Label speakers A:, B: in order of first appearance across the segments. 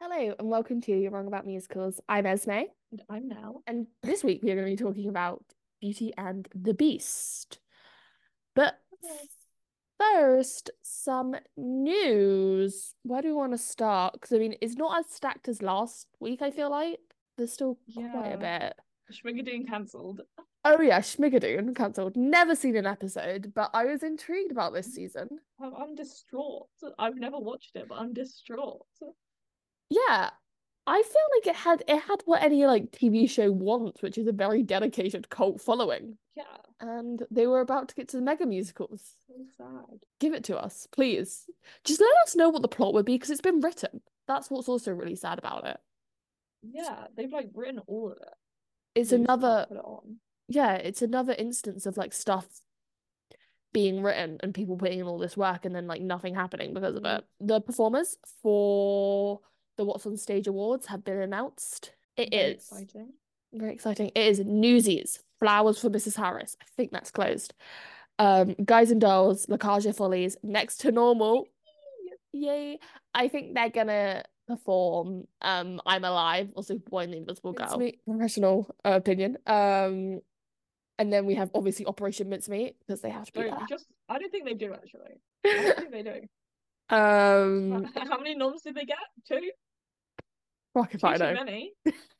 A: Hello, and welcome to You're Wrong About Musicals. I'm Esme,
B: And I'm now.
A: and this week we are going to be talking about Beauty and the Beast. But
B: Yes.
A: first, some news. Where do we want to start? Because I mean, it's not as stacked as last week, I feel like. There's still quite a bit.
B: Schmigadoon cancelled.
A: Oh, yeah, Schmigadoon, cancelled. Never seen an episode, but I was intrigued about this season.
B: I'm, I'm distraught. I've never watched it, but I'm distraught.
A: Yeah, I feel like it had it had what any like TV show wants, which is a very dedicated cult following.
B: Yeah,
A: and they were about to get to the mega musicals.
B: so sad.
A: Give it to us, please. Just let us know what the plot would be because it's been written. That's what's also really sad about it.
B: Yeah, they've like written all of it.
A: It's
B: They just can't
A: another,
B: Put it on.
A: yeah, it's another instance of like stuff being written and people putting in all this work and then like nothing happening because of
B: Mhm.
A: it. The performers for the What's on Stage Awards have been announced. It
B: Very
A: is
B: exciting.
A: Very exciting. It is Newsies, Flowers for Mrs. Harris. I think that's closed. Um, Guys and Dolls, La Cage aux Folies, Next to Normal. Yay. I think they're gonna perform um I'm Alive, also Boy and the Invisible
B: Mince
A: Girl. Professional uh, opinion. Um and then we have obviously Operation Mincemeat, because they have to be
B: Sorry, just I don't think they do actually. I don't think they do.
A: there. Um
B: How many noms did they get? Two?
A: fuck if
B: Two
A: I
B: too
A: know.
B: many.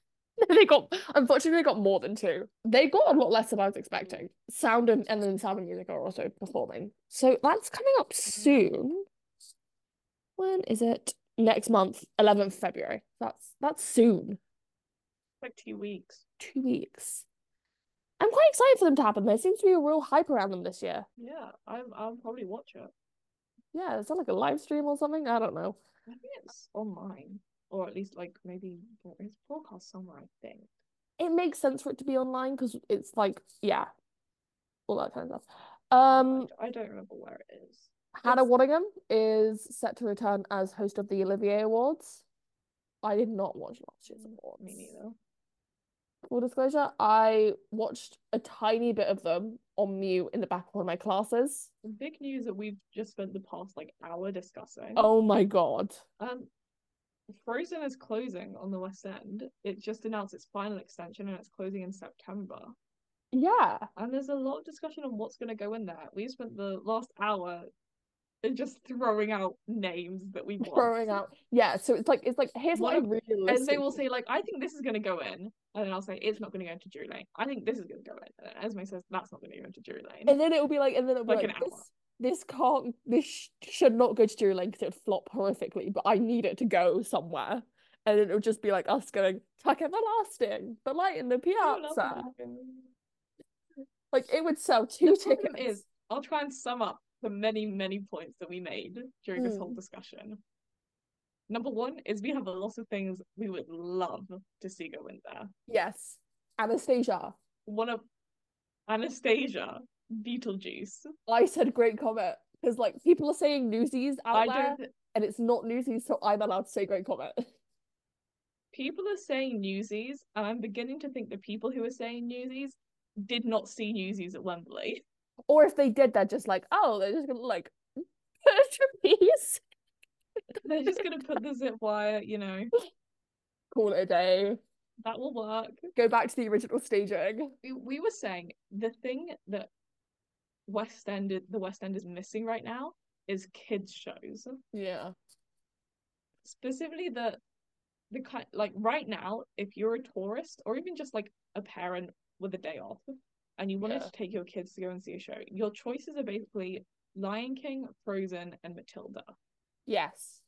A: they got unfortunately they got more than two. They got a lot less than I was expecting. Sound and, and then Sound and Music are also performing. So that's coming up soon. When is it? Next month, eleventh February. That's that's soon.
B: Like two weeks.
A: Two weeks. I'm quite excited for them to happen. There seems to be a real hype around them this year.
B: Yeah, I'm I'll probably watch it.
A: Yeah, is that like a live stream or something? I don't know.
B: I think it's online. Or at least like maybe it's broadcast somewhere, I think.
A: It makes sense for it to be online because it's like, yeah, all that kind of stuff. Um,
B: I, I don't remember where it is.
A: Hannah
B: Yes.
A: Waddingham is set to return as host of the Olivier Awards. I did not watch last year's awards.
B: Mm, Me neither.
A: Full disclosure, I watched a tiny bit of them on mute in the back of one of my classes.
B: The big news that we've just spent the past like hour discussing.
A: Oh my god.
B: Um, Frozen is closing on the West End. It just announced its final extension and it's closing in September.
A: Yeah.
B: And there's a lot of discussion on what's going to go in there. We spent the last hour in just throwing out names that we want.
A: Throwing out. Yeah, so it's like it's like here's what I
B: One
A: really
B: And they will
A: realistically-
B: say like, I think this is going to go in, and then I'll say it's not going to go into Drew Lane. I think this is going to go in, and then Esme says that's not going to go into Drew Lane.
A: And then it'll be like and then it'll be
B: Like
A: like,
B: an hour.
A: this this can't this sh should not go to Drew Lane because it would flop horrifically, but I need it to go somewhere. And then it'll just be like us going, Tuck Everlasting, the light in the
B: Oh, nothing
A: piazza.
B: happened.
A: Like it would sell two
B: the problem
A: tickets.
B: is, I'll try and sum up the many, many points that we made during this whole
A: Mm.
B: discussion. Number one is we have a lot of things we would love to see go in there.
A: Yes. Anastasia.
B: One of Anastasia, Beetlejuice.
A: I said great comment. Because like people are saying newsies out
B: I
A: there
B: don't.
A: and it's not newsies, so I'm allowed to say great comment.
B: People are saying Newsies, and I'm beginning to think the people who are saying Newsies did not see Newsies at Wembley.
A: Or if they did, they're just like, oh, they're just gonna like put a piece,
B: They're just gonna put the zip wire. You know
A: call it a day,
B: that will work.
A: go back to the original staging.
B: we, we were saying the thing that West End the West End is missing right now is kids shows.
A: Yeah.
B: Specifically the the kind like right now, if you're a tourist or even just like a parent with a day off and you wanted
A: Yeah.
B: to take your kids to go and see a show, your choices are basically Lion King, Frozen, and Matilda.
A: Yes.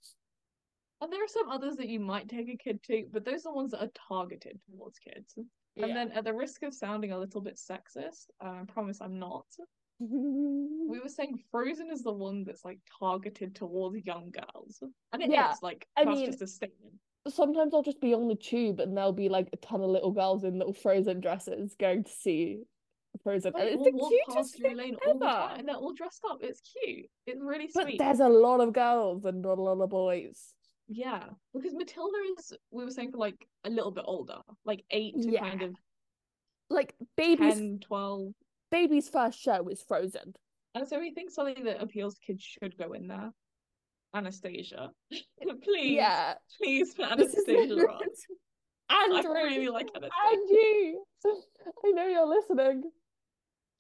B: And there are some others that you might take a kid to, but those are the ones that are targeted towards kids. And then at the risk of sounding a little bit sexist, and I promise I'm not, we were saying Frozen is the one that's like targeted towards young girls, and it is
A: Yeah,
B: like
A: I
B: that's
A: mean-
B: just a statement.
A: Sometimes I'll just be on the tube and there'll be like a ton of little girls in little frozen dresses going to see Frozen.
B: They
A: and it's
B: all
A: the
B: walk
A: cutest
B: past your
A: thing
B: lane all the
A: ever.
B: time, and they're all dressed up. It's cute. It's really
A: But
B: sweet.
A: there's a lot of girls and not a lot of boys.
B: Yeah, because Matilda is we were saying for like a little bit older, like eight to
A: Yeah.
B: kind of
A: Like baby's
B: 10, 12.
A: baby's first show is Frozen.
B: and so we think something that appeals to kids should go in there. Anastasia. please,
A: Yeah.
B: please put
A: This is-
B: Anastasia Ross. I
A: Andrew,
B: really like Anastasia.
A: Angie, I know you're listening.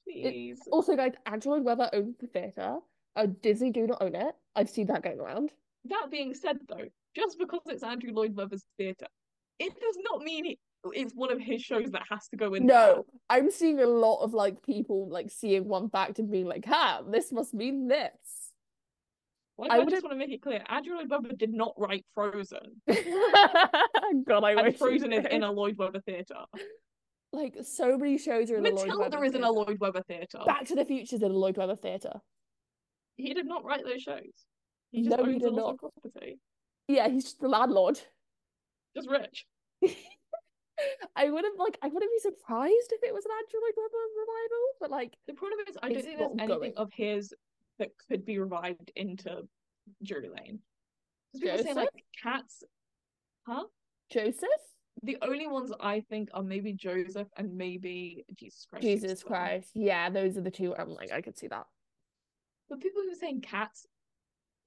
B: Please.
A: Also, guys, Android Weather owns the theater. Uh, Disney do not own it. I've seen that going around.
B: That being said, though, just because it's Andrew Lloyd Webber's theatre, it does not mean it, it's one of his shows that has to go in.
A: No, I'm seeing a lot of like people like seeing one fact and being like, "Ha, this must mean this."
B: Why
A: I
B: do I,
A: would've-
B: just want to make it clear? Andrew Lloyd Webber did not write Frozen,
A: God, I
B: and
A: wish. he
B: Frozen is
A: did.
B: in a Lloyd Webber theatre.
A: like so many shows are in the Lloyd
B: Matilda
A: Webber
B: is in
A: theatre.
B: a Lloyd Webber theatre.
A: Back to the Future's in a Lloyd Webber theater.
B: He did not write those shows. He just
A: No, he
B: owns
A: did
B: a lot of
A: not.
B: property.
A: Yeah, he's just the landlord.
B: Just rich.
A: I wouldn't like. I wouldn't be surprised if it was an Andrew Lloyd Webber revival, but like,
B: The problem is, I don't
A: It's
B: think there's
A: not going.
B: anything of his that could be revived into Drury Lane. 'Cause people say
A: Joseph?
B: like cats.
A: Joseph,
B: The only ones I think are maybe Joseph and maybe Jesus Christ.
A: Jesus
B: Superstar.
A: Christ, yeah, those are the two. I'm like, I could see that.
B: But people who are saying cats,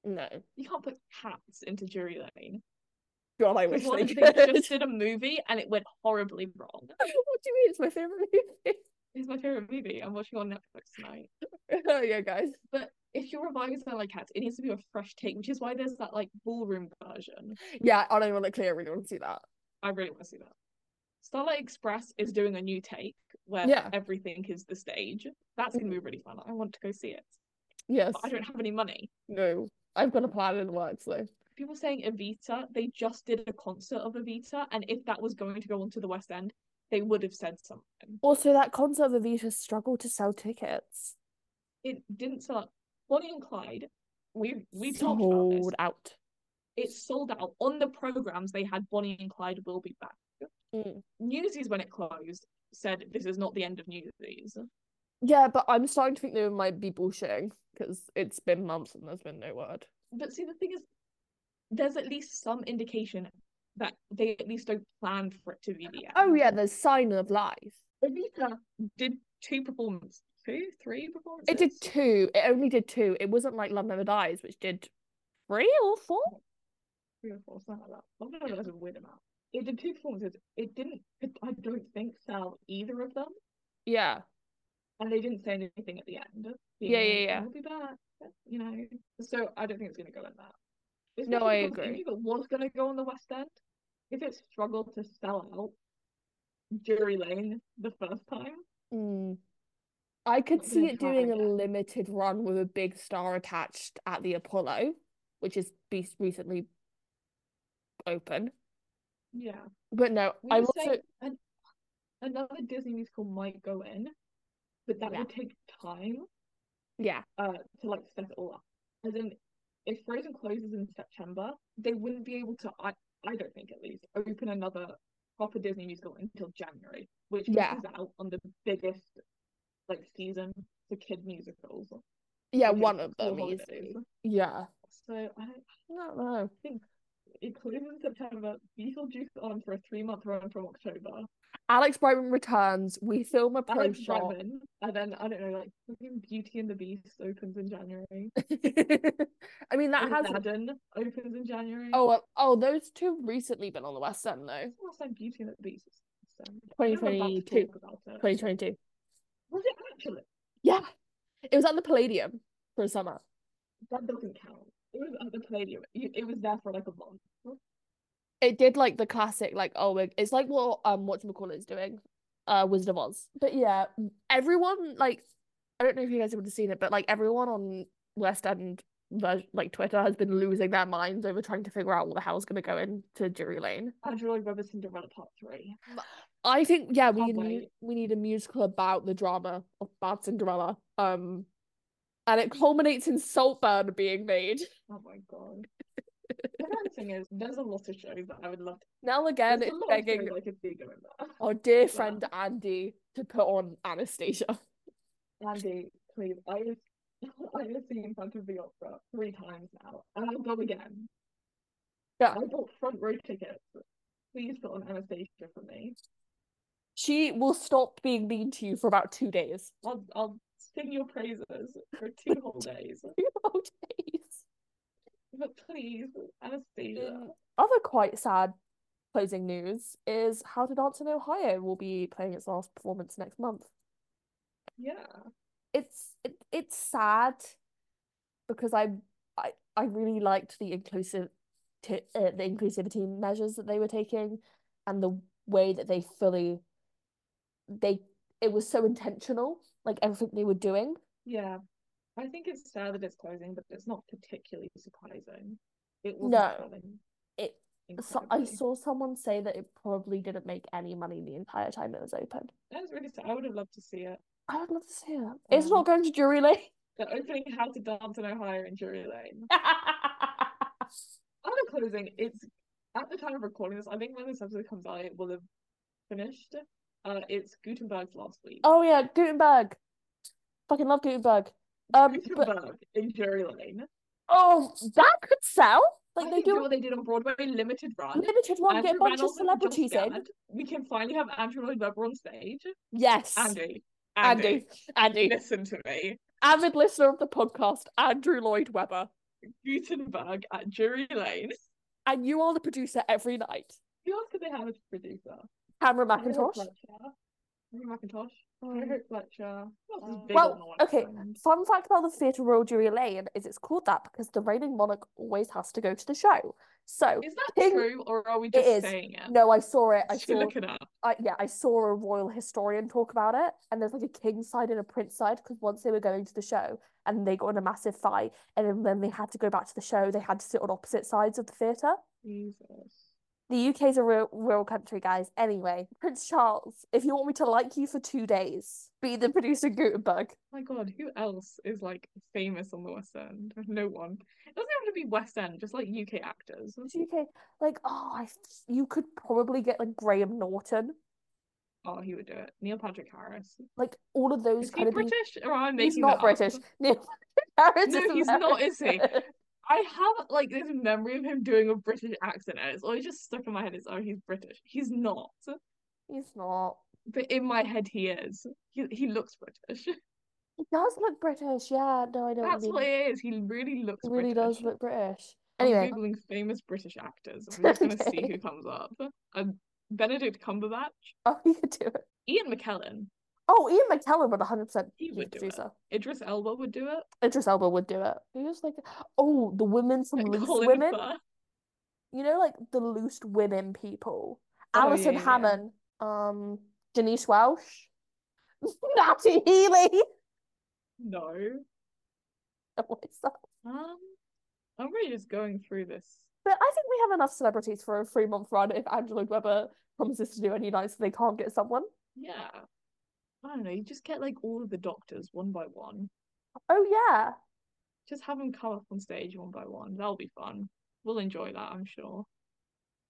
A: No,
B: you can't put cats into Drury Lane.
A: God, I wish
B: Because
A: they
B: one of
A: could.
B: them
A: what do
B: just did a movie and it went horribly wrong.
A: you mean? It's my favorite movie.
B: It's my favorite movie. I'm watching it on Netflix tonight.
A: oh yeah, guys.
B: But if you're reviving something like cats, it needs to be a fresh take, which is why there's that like ballroom version.
A: Yeah, unironically, I really want to see that.
B: I really want to see that. Starlight Express is doing a new take where
A: Yeah.
B: everything is the stage. That's gonna be really fun. I want to go see it.
A: Yes.
B: But I don't have any money.
A: No, I've got a plan in the works though.
B: People saying Evita, they just did a concert of Evita, and if that was going to go onto the West End, they would have said something.
A: Also, that concert of Evita struggled to sell tickets.
B: It didn't sell out. Bonnie and Clyde, we we talked about this.
A: sold out.
B: It sold out on the programs they had. Bonnie and Clyde will be back.
A: Mm.
B: Newsies, when it closed, said this is not the end of Newsies.
A: Yeah, but I'm starting to think they might be bullshitting because it's been months and there's been no word.
B: But see, the thing is, there's at least some indication that they at least don't plan for it to be the end.
A: Oh yeah, there's sign of life.
B: Evita did two performances, two, three performances.
A: It did two. It only did two. It wasn't like Love Never Dies, which did three or four.
B: three or four, something like that. I don't know, that's a weird amount. It did two performances. It didn't, it- I don't think, sell either of them,
A: Yeah,
B: and they didn't say anything at the end. being
A: Yeah, yeah,
B: like,
A: yeah.
B: We'll be back, you know. So I don't think it's going to go in that.
A: No,
B: Especially
A: I
B: because
A: agree.
B: If it was going to go on the West End, if it struggled to sell out Drury Lane the first time,
A: Mm. I could
B: Not gonna
A: see it
B: try
A: doing a
B: again.
A: limited run with a big star attached at the Apollo, which is be recently open.
B: yeah.
A: But no,
B: We
A: I'm
B: were
A: also
B: saying an- another Disney musical might go in, but that
A: Yeah.
B: would take time.
A: yeah,
B: uh to like set it all up. As in, if Frozen closes in September, they wouldn't be able to. I I don't think at least open another proper Disney musical until January, which
A: Yeah.
B: misses out on the biggest like season for kid musicals.
A: yeah,
B: which is
A: one of
B: school
A: them
B: holidays.
A: easily. Yeah.
B: So I don't.
A: I don't know.
B: It closes in September. Beetlejuice on for a three month run from October.
A: Alex Brightman returns. We film a pro
B: Alex
A: shot.
B: Brightman, and then I don't know, like fucking Beauty and the Beast opens in January.
A: I mean, that has.
B: Aladdin opens in January.
A: Oh, well, oh, those two have recently been on the West End though.
B: It's almost like Beauty and the Beast. So, I'm about to
A: 2022.
B: talk about it.
A: 2022.
B: Was it actually?
A: Yeah, it was at the Palladium for a summer.
B: That doesn't count. It was at the Palladium. You- It was there for like a month.
A: It did like the classic, like oh, we're- it's like what um whatchamacallit is doing, uh, Wizard of Oz. But yeah, everyone like, I don't know if you guys would have seen it, but like everyone on West End ver- like Twitter has been losing their minds over trying to figure out what the hell's gonna go into Drury Lane.
B: Andrew Lloyd Webber Cinderella Part 3.
A: I think yeah, we need
B: Can't
A: a mu-
B: wait.
A: we need a musical about the drama of Bad Cinderella. Um, and it culminates in Saltburn being made.
B: Oh my god. The other thing is, there's a lot of shows that I would love to.
A: Now again,
B: there's
A: it's
B: a lot of
A: begging
B: shows I could see going there.
A: our dear friend Andy to put on Anastasia.
B: Andy, please. I have, I have seen Phantom of the Opera three times now, and I'll go again.
A: Yeah,
B: I bought front row tickets. Please put on Anastasia for me.
A: she will stop being mean to you for about two days.
B: I'll I'll sing your praises for two whole days.
A: Two whole days.
B: But please, Anastasia.
A: In other quite sad closing news is How to Dance in Ohio will be playing its last performance next month.
B: Yeah.
A: It's it, it's sad because I I I really liked the inclusive t- uh, the inclusivity measures that they were taking and the way that they fully they it was so intentional like everything they were doing
B: Yeah. I think it's sad that it's closing, but it's not particularly surprising. It
A: No.
B: wasn't selling
A: it so, I
B: incredibly.
A: saw someone say that it probably didn't make any money the entire time it was open
B: That was really sad. I would have loved to see it.
A: I would love to see that it's
B: Um,
A: not going to jury lane
B: They're opening How to Dance in Ohio in Drury Lane. Other closing, it's at the time of recording this, I think when this episode comes out, it will have finished. Uh, it's Gutenberg's last week.
A: oh yeah Gutenberg fucking love Gutenberg um but
B: Gutenberg in Drury Lane.
A: oh that could sell
B: I
A: like they
B: think
A: do
B: what they did on Broadway, limited run.
A: limited one get a
B: Andrew
A: bunch of
B: Reynolds and Josh
A: celebrities in
B: Gad. We can finally have Andrew Lloyd Webber on stage.
A: yes
B: Andy,
A: Andy
B: Andy,
A: Andy
B: listen to me.
A: avid listener of the podcast, Andrew Lloyd Webber,
B: Gutenberg at Drury Lane.
A: and you are the producer every night.
B: Who else could they have as producer?
A: Cameron
B: Andrew
A: McIntosh.
B: Fletcher. Andrew McIntosh. Andrew Fletcher. Who else is big
A: Well,
B: on the one
A: okay.
B: Island?
A: Fun fact about the Theatre Royal Drury Lane is it's called that because the reigning monarch always has to go to the show. So
B: Is that
A: King-
B: true, or are we just
A: is.
B: saying it?
A: no, I saw it. I
B: Should we
A: saw,
B: look it up.
A: I, yeah, I saw a royal historian talk about it, and there's like a king side and a prince side because once they were going to the show and they got in a massive fight, and then when they had to go back to the show, they had to sit on opposite sides of the theatre.
B: Jesus.
A: The UK's a real, real country, guys. Anyway, Prince Charles, if you want me to like you for two days, be the producer of Gutenberg.
B: My God, who else is like famous on the West End? No one. It doesn't have to be West End, just like UK actors.
A: It's UK, like, oh, I, f- you could probably get like Graham Norton,
B: Oh, he would do it. Neil Patrick Harris.
A: like all of those
B: Is he
A: kind of. people-
B: British? Or am I making
A: He's not
B: that up?
A: British. Neil Harris
B: No,
A: is
B: he's not, is he?
A: American.
B: I have like this memory of him doing a British accent, and it's always just stuck in my head. It's oh, he's British. He's not,
A: He's not.
B: but in my head he is. He he looks British.
A: He does look British. Yeah, no, I know.
B: That's
A: what you
B: what
A: mean.
B: it is. He really looks
A: He really
B: British. Oh,
A: does look British.
B: I'm
A: Anyway,
B: googling famous British actors. I'm just gonna see
A: Okay.
B: who comes up. Um, Benedict Cumberbatch,
A: oh, he could do it.
B: Ian McKellen,
A: Oh, Ian McKellen would 100%
B: He
A: be
B: would
A: the
B: do it.
A: producer.
B: Idris Elba would do it.
A: Idris Elba would do it. He was like, oh, the women from
B: and
A: Loose
B: Colin
A: Women.
B: Firth.
A: You know, like the Loose Women people.
B: Oh,
A: Alison
B: yeah, yeah.
A: Hammond, um, Denise Welsh, Natty Healy.
B: No.
A: What's that?
B: Um, I'm really just going through this.
A: But I think we have enough celebrities for a three month run if Angela Weber promises to do any nights they can't get someone.
B: Yeah. I don't know. You just get like all of the doctors one by one.
A: Oh, yeah.
B: Just have them come up on stage one by one. That'll be fun. We'll enjoy that, I'm sure.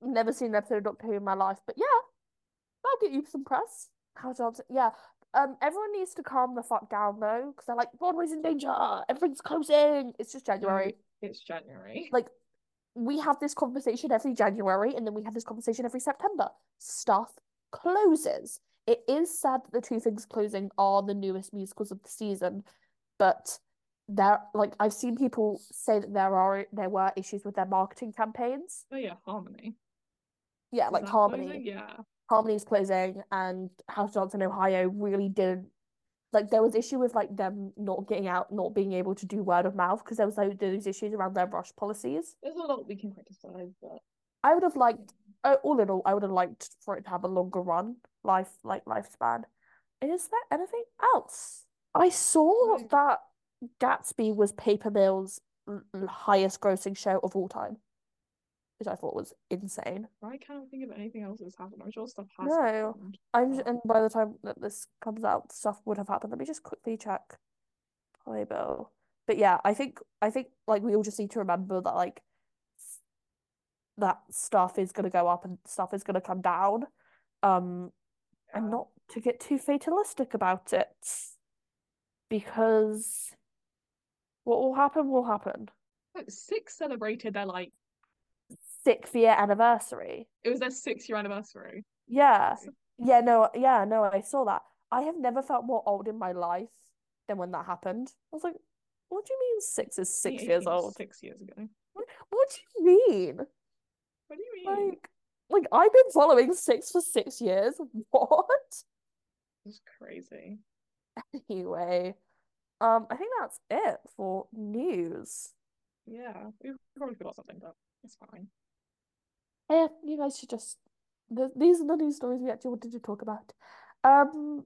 A: Never seen an episode of Doctor Who in my life, but yeah, that'll get you some press. How to answer? Yeah. Um, everyone needs to calm the fuck down though, because they're like Broadway's in danger. Everything's closing. It's just January.
B: It's January.
A: Like, we have this conversation every January and then we have this conversation every September. Stuff closes. It is sad that the two things closing are the newest musicals of the season, but there like I've seen people say that there are there were issues with their marketing campaigns.
B: Oh yeah, Harmony.
A: Yeah,
B: Is
A: like
B: that
A: Harmony.
B: closing? Yeah.
A: Harmony's closing and How to Dance in Ohio really didn't like there was issue with like them not getting out, not being able to do word of mouth because there was like, those issues around their rush policies.
B: There's a lot we can criticize, but
A: I would have liked, uh, all in all, I would have liked for it to have a longer run, life like lifespan. Is there anything else? I saw
B: No.
A: that Gatsby was Paper Mill's l- l- highest grossing show of all time, which I thought was insane.
B: I can't think of anything else that's happened. I'm sure stuff has
A: No.
B: happened.
A: I'm j-
B: Oh.
A: and by the time that this comes out, stuff would have happened. Let me just quickly check playbill. But yeah, I think I think like we all just need to remember that like s- that stuff is gonna go up and stuff is gonna come down. Um, and
B: Yeah.
A: not to get too fatalistic about it, because what will happen will happen.
B: Like, Six celebrated their like
A: Sixth year anniversary.
B: it was their six year anniversary.
A: Yeah. Yeah, no, yeah, no, I saw that. I have never felt more old in my life than when that happened. I was like, what do you mean six is six years
B: 2018 was
A: old?
B: Six years ago.
A: What do you mean?
B: What do you mean?
A: Like, like I've been following Six for six years. What?
B: It's crazy.
A: Anyway, um, I think that's it for news.
B: Yeah, we probably forgot something, but it's fine.
A: Yeah, you guys should just. Th- these are the news stories we actually wanted to talk about. Um,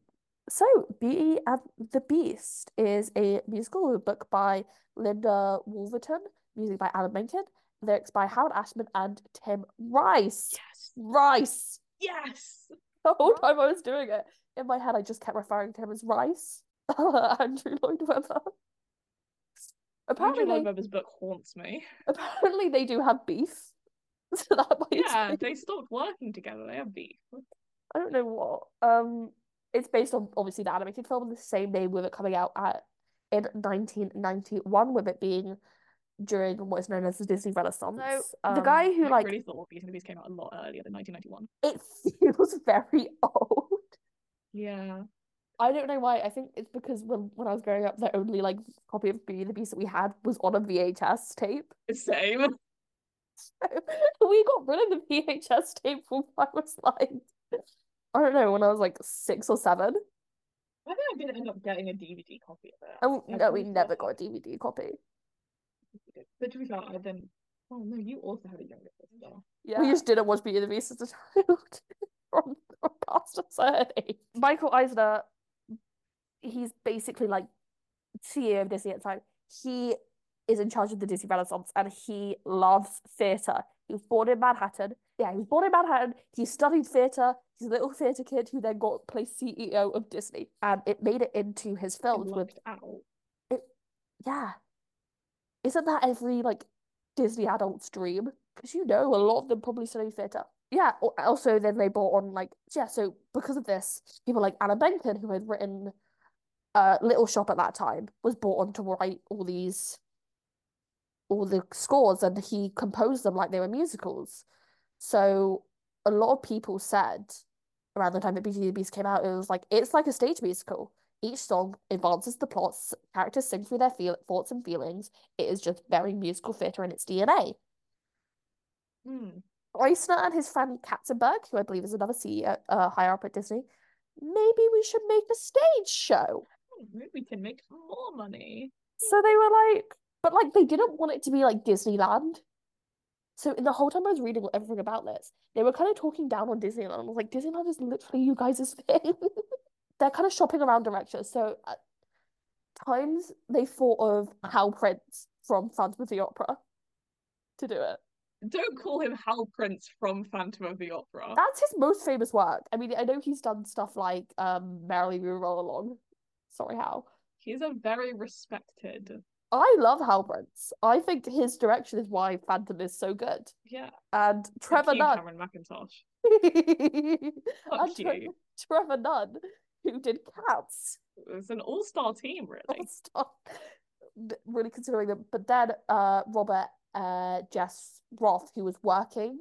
A: so Beauty and the Beast is a musical book by Linda Wolverton, music by Alan Menken, lyrics by Howard Ashman and Tim Rice.
B: Yes.
A: Rice.
B: Yes.
A: The whole time I was doing it, in my head, I just kept referring to him as Rice, Andrew Lloyd Webber. Apparently,
B: Apparently,
A: they,
B: Lloyd Webber's book haunts me.
A: apparently they do have beef. So that might
B: Yeah,
A: explain-
B: they stopped working together. They have beef.
A: I don't know what. Um, it's based on obviously the animated film the same name with it coming out at in 1991 with it being during what is known as the Disney Renaissance.
B: Um,
A: the guy who
B: I
A: like
B: really thought these movies came out a lot earlier than 1991.
A: it feels very old.
B: Yeah.
A: I don't know why. I think it's because when when I was growing up, the only like copy of Beauty and the Beast that we had was on a VHS tape.
B: Same.
A: we got rid of the VHS tape when I was like, I don't know, when I was like six or seven.
B: I think I did end up getting a DVD copy of it.
A: Oh
B: I
A: no, we
B: probably
A: never
B: thought-
A: got a DVD copy.
B: But to be fair, I then. Oh no, you also had a younger sister.
A: Yeah. We just didn't watch Beauty and the Beast as a child from, from past a certain age. Michael Eisner, he's basically like CEO of Disney at the time. He is in charge of the Disney Renaissance and he loves theatre. He was born in Manhattan. Yeah, he was born in Manhattan. He studied theatre. He's a little theatre kid who then got placed CEO E of Disney. And it made it into his
B: I
A: films with,
B: lucked out.
A: yeah. Isn't that every like Disney adult's dream? Because you know a lot of them probably study theatre. Yeah. al- Also, then they brought on like yeah. So because of this, people like Anna Benkin, who had written uh Little Shop at that time, was brought on to write all these all the scores, and he composed them like they were musicals. So a lot of people said around the time that Beauty and the Beast came out, it was like it's like a stage musical. Each song advances the plots, characters sing through their feel thoughts and feelings. It is just very musical theatre in its DNA.
B: Hmm.
A: Eisner and his friend Katzenberg, who I believe is another CEO uh, higher up at Disney, maybe we should make a stage show.
B: Oh, Maybe we can make more money.
A: So they were like, but like they didn't want it to be like Disneyland. So in the whole time I was reading everything about this, they were kind of talking down on Disneyland. I was like, Disneyland is literally you guys' thing. They're kind of shopping around directions. So at times they thought of Hal Prince from Phantom of the Opera to do it.
B: Don't call him Hal Prince from Phantom of the Opera.
A: That's his most famous work. I mean, I know he's done stuff like um Merrily We Roll Along. Sorry, Hal.
B: He's a very respected.
A: I love Hal Prince. I think his direction is why Phantom is so good.
B: Yeah.
A: And Trevor
B: Fuck you,
A: Nunn.
B: Cameron McIntosh.
A: and
B: Fuck
A: Tre-
B: you.
A: Trevor Nunn, who did Cats.
B: It's an all-star team, really.
A: Stop. Really considering them. But then uh, Robert uh, Jess Roth, who was working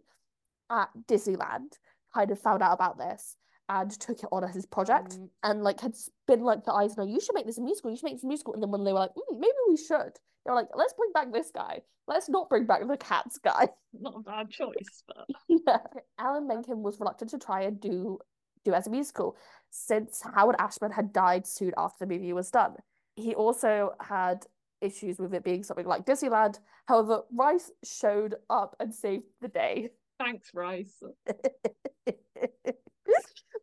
A: at Disneyland, kind of found out about this and took it on as his project.
B: Um,
A: and like had s- been like the eyes, no, you should make this a musical, you should make this a musical. And then when they were like, mm, maybe we should, they were like, let's bring back this guy. Let's not bring back the cats guy.
B: not a bad choice, but
A: yeah. Alan Menken was reluctant to try and do do as a musical since Howard Ashman had died soon after the movie was done. He also had issues with it being something like Disneyland. However, Rice showed up and saved the day.
B: thanks, Rice.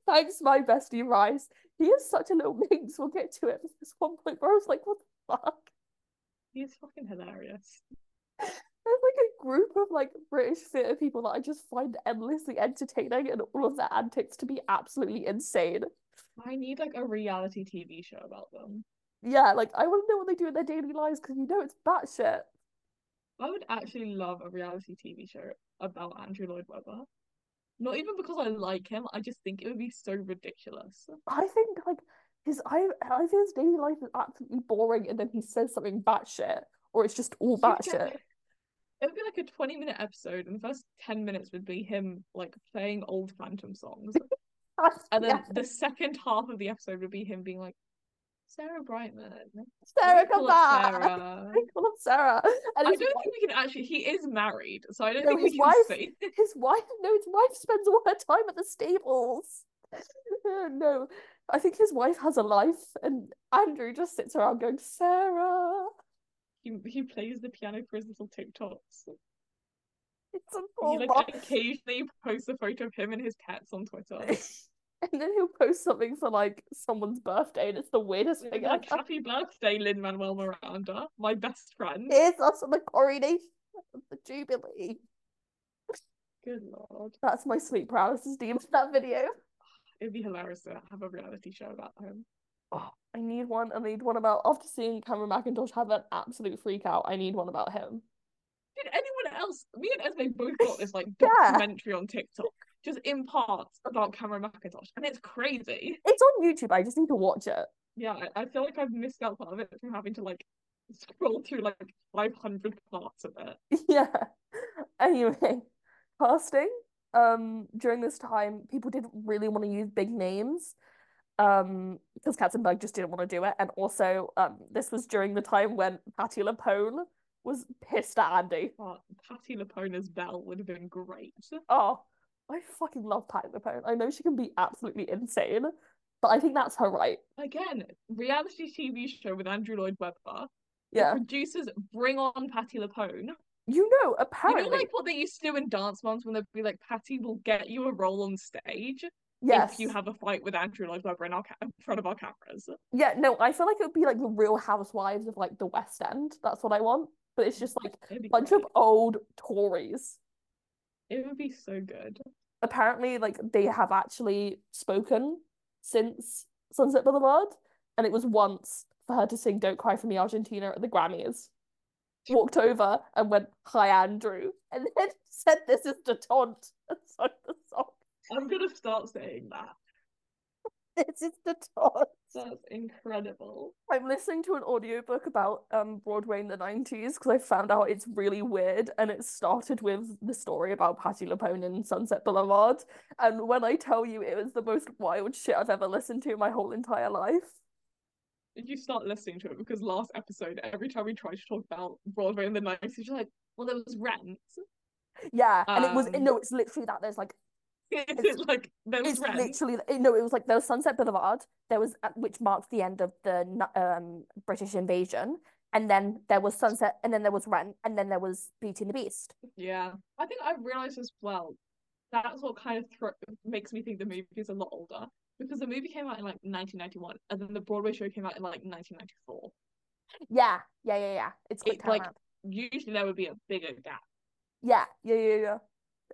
A: Thanks, my bestie Rice. He is such a little minx. We'll get to it. But There's one point where I was like, what the fuck?
B: He's fucking hilarious.
A: There's like a group of like British theatre people that I just find endlessly entertaining and all of their antics to be absolutely insane.
B: I need like a reality TV show about them.
A: Yeah, like I want to know what they do in their daily lives because you know it's batshit.
B: I would actually love a reality TV show about Andrew Lloyd Webber. Not even because I like him, I just think it would be so ridiculous.
A: I think like his I I think his daily life is absolutely boring and then he says something batshit or it's just all
B: You'd get-
A: batshit.
B: It would be like a 20 minute episode, and the first 10 minutes would be him like playing old Phantom songs. And then
A: Yeah.
B: the second half of the episode would be him being like, Sarah Brightman.
A: Sarah,
B: Don't
A: come
B: call up
A: back.
B: Sarah.
A: I call him Sarah. And
B: I
A: his,
B: don't think we can actually. He is married, so I don't
A: No,
B: think
A: his
B: we can
A: wife-
B: say.
A: wi- his wife, no, his wife spends all her time at the stables. Oh, no, I think his wife has a life, and Andrew just sits around going, Sarah.
B: He, he plays the piano for his little TikToks.
A: It's a
B: He
A: poor
B: like occasionally posts a photo of him and his pets on Twitter.
A: And then he'll post something for like someone's birthday, and it's the weirdest thing
B: like,
A: ever.
B: happy birthday, Lin Manuel Miranda, my best friend.
A: Here's us on the coronation of the Jubilee.
B: Good lord.
A: That's my sleep paralysis demon. That video.
B: It'd be hilarious to have a reality show about him.
A: I need one. I need one about after seeing Cameron McIntosh have an absolute freak out. I need one about him.
B: Did anyone else? Me and Esme both got this like
A: Yeah.
B: documentary on TikTok, just in parts about Cameron McIntosh, and it's crazy.
A: It's on YouTube. I just need to watch it.
B: Yeah, I, I feel like I've missed out part of it from having to like scroll through like 500 parts of it.
A: Yeah. Anyway, casting. Um, during this time, people didn't really want to use big names. Um, because Katzenberg just didn't want to do it. And also, um, this was during the time when Patty LaPone was pissed at Andy.
B: But Patty Lapona's bell would have been great.
A: Oh, I fucking love Patty LaPone. I know she can be absolutely insane, but I think that's her right.
B: Again, reality TV show with Andrew Lloyd Webber.
A: Yeah.
B: Producers bring on Patty Lapone.
A: You know,
B: You
A: apparently,
B: know, like what they used to do in Dance Moms when they'd be like, Patty will get you a role on stage
A: yes.
B: if you have a fight with Andrew Lloyd Webber in, our ca- in front of our cameras.
A: Yeah, no, I feel like it would be like the Real Housewives of like the West End. That's what I want. But it's just like
B: It'd be
A: a bunch of
B: great.
A: old Tories.
B: It would be so good.
A: Apparently, like they have actually spoken since Sunset Boulevard, and it was once for her to sing "Don't Cry for Me, Argentina" at the Grammys. Walked over and went, "Hi, Andrew," and then said, "This is the taunt." And sung the song.
B: I'm gonna start saying that.
A: This is the taunt.
B: That's incredible.
A: I'm listening to an audiobook about um Broadway in the 90s because I found out it's really weird and it started with the story about Patti LuPone in Sunset Boulevard. And when I tell you it was the most wild shit I've ever listened to in my whole entire life.
B: Did you start listening to it? Because last episode, every time we tried to talk about Broadway in the 90s, you're like, well, there was Rent.
A: Yeah, and it was
B: Um,
A: no, it's literally that there's like
B: it's like, there was
A: it's
B: Rent.
A: literally it- no, it was like there was Sunset Boulevard, there was uh, which marked the end of the nu- um British invasion, and then there was Sunset, and then there was Rent, and then there was Beauty and the Beast.
B: Yeah. I think I realized as well that's what kind of thro makes me think the movie is a lot older because the movie came out in like 1991 and then the Broadway show came out in like 1994.
A: Yeah, yeah, yeah, yeah. It's quick
B: It's like-
A: turnaround.
B: Usually there would be a bigger gap.
A: Yeah, yeah, yeah, yeah.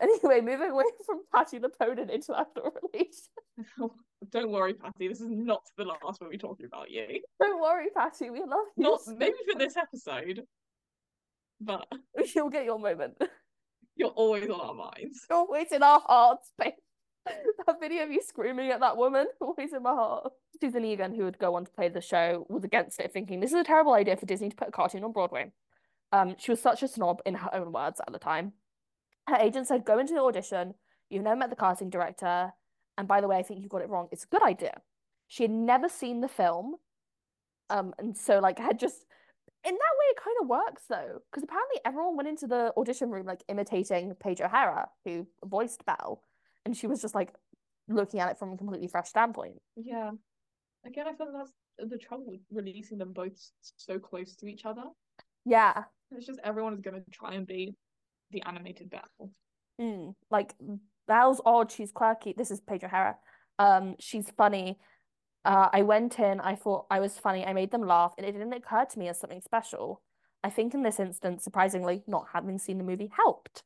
A: Anyway, moving away from Patty LuPone and international relations.
B: Don't worry, Patty, this is not the last one we're talking about you.
A: Don't worry, Patty, we love you.
B: Not maybe for this episode, but
A: You'll get your moment.
B: you're always on our minds.
A: You're always in our hearts, babe. That video of you screaming at that woman, always in my heart. Susan Egan, who would go on to play the show, was against it, thinking this is a terrible idea for Disney to put a cartoon on Broadway. Um, she was such a snob in her own words at the time. Her agent said, Go into the audition, you've never met the casting director, and by the way, I think you got it wrong. It's a good idea. She had never seen the film. Um, and so like had just in that way it kind of works though, because apparently everyone went into the audition room like imitating Paige O'Hara, who voiced Belle, and she was just like looking at it from a completely fresh standpoint.
B: Yeah. Again, I feel that's the trouble with releasing them both s- so close to each other.
A: Yeah.
B: It's just everyone is going to try and be the animated Belle.
A: Mm. Like Belle's odd, she's quirky. This is Paige O'Hara. Um, she's funny. Uh, I went in, I thought I was funny, I made them laugh, and it didn't occur to me as something special. I think in this instance, surprisingly, not having seen the movie helped.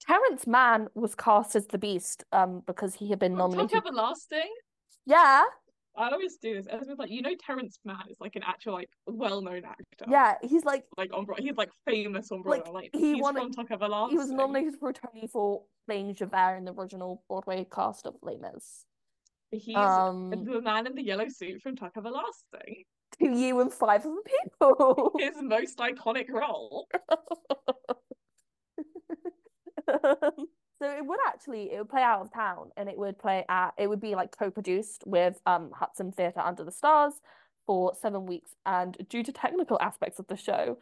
A: Terrence Mann was cast as the Beast, um, because he had been
B: Well, Talk
A: nominated.
B: everlasting.
A: Yeah,
B: I always do this. Esme's like, you know, Terrence Mann is like an actual, like, well-known actor.
A: yeah, he's like
B: Like on Broadway, he's like famous on
A: Like,
B: Broadway. Like,
A: he
B: he's
A: won a-
B: from Talk Everlasting.
A: he was nominated for a Tony for playing Javert in the original Broadway cast of Les Mis.
B: He's
A: Um,
B: the man in the yellow suit from Talk Everlasting.
A: to you and five other people.
B: His most iconic role.
A: Um, so it would actually it would play out of town and it would play at it would be like co-produced with um Hudson Theatre Under the Stars for seven weeks, and due to technical aspects of the show,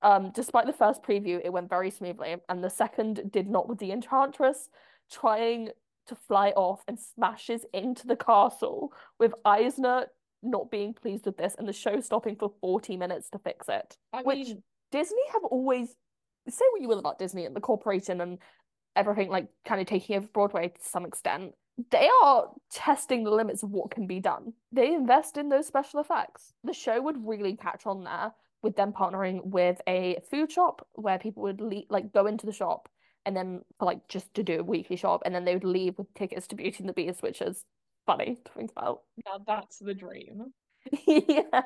A: um, despite the first preview, it went very smoothly, and the second did not with the Enchantress trying to fly off and smashes into the castle, with Eisner not being pleased with this and the show stopping for 40 minutes to fix it.
B: I
A: Which
B: mean,
A: Disney have always say what you will about Disney and the corporation and everything like kind of taking over Broadway to some extent. They are testing the limits of what can be done. They invest in those special effects. The show would really catch on there with them partnering with a food shop where people would le- like go into the shop and then for, like just to do a weekly shop and then they would leave with tickets to Beauty and the Beast, which is funny to think about.
B: now that's the dream.
A: yeah.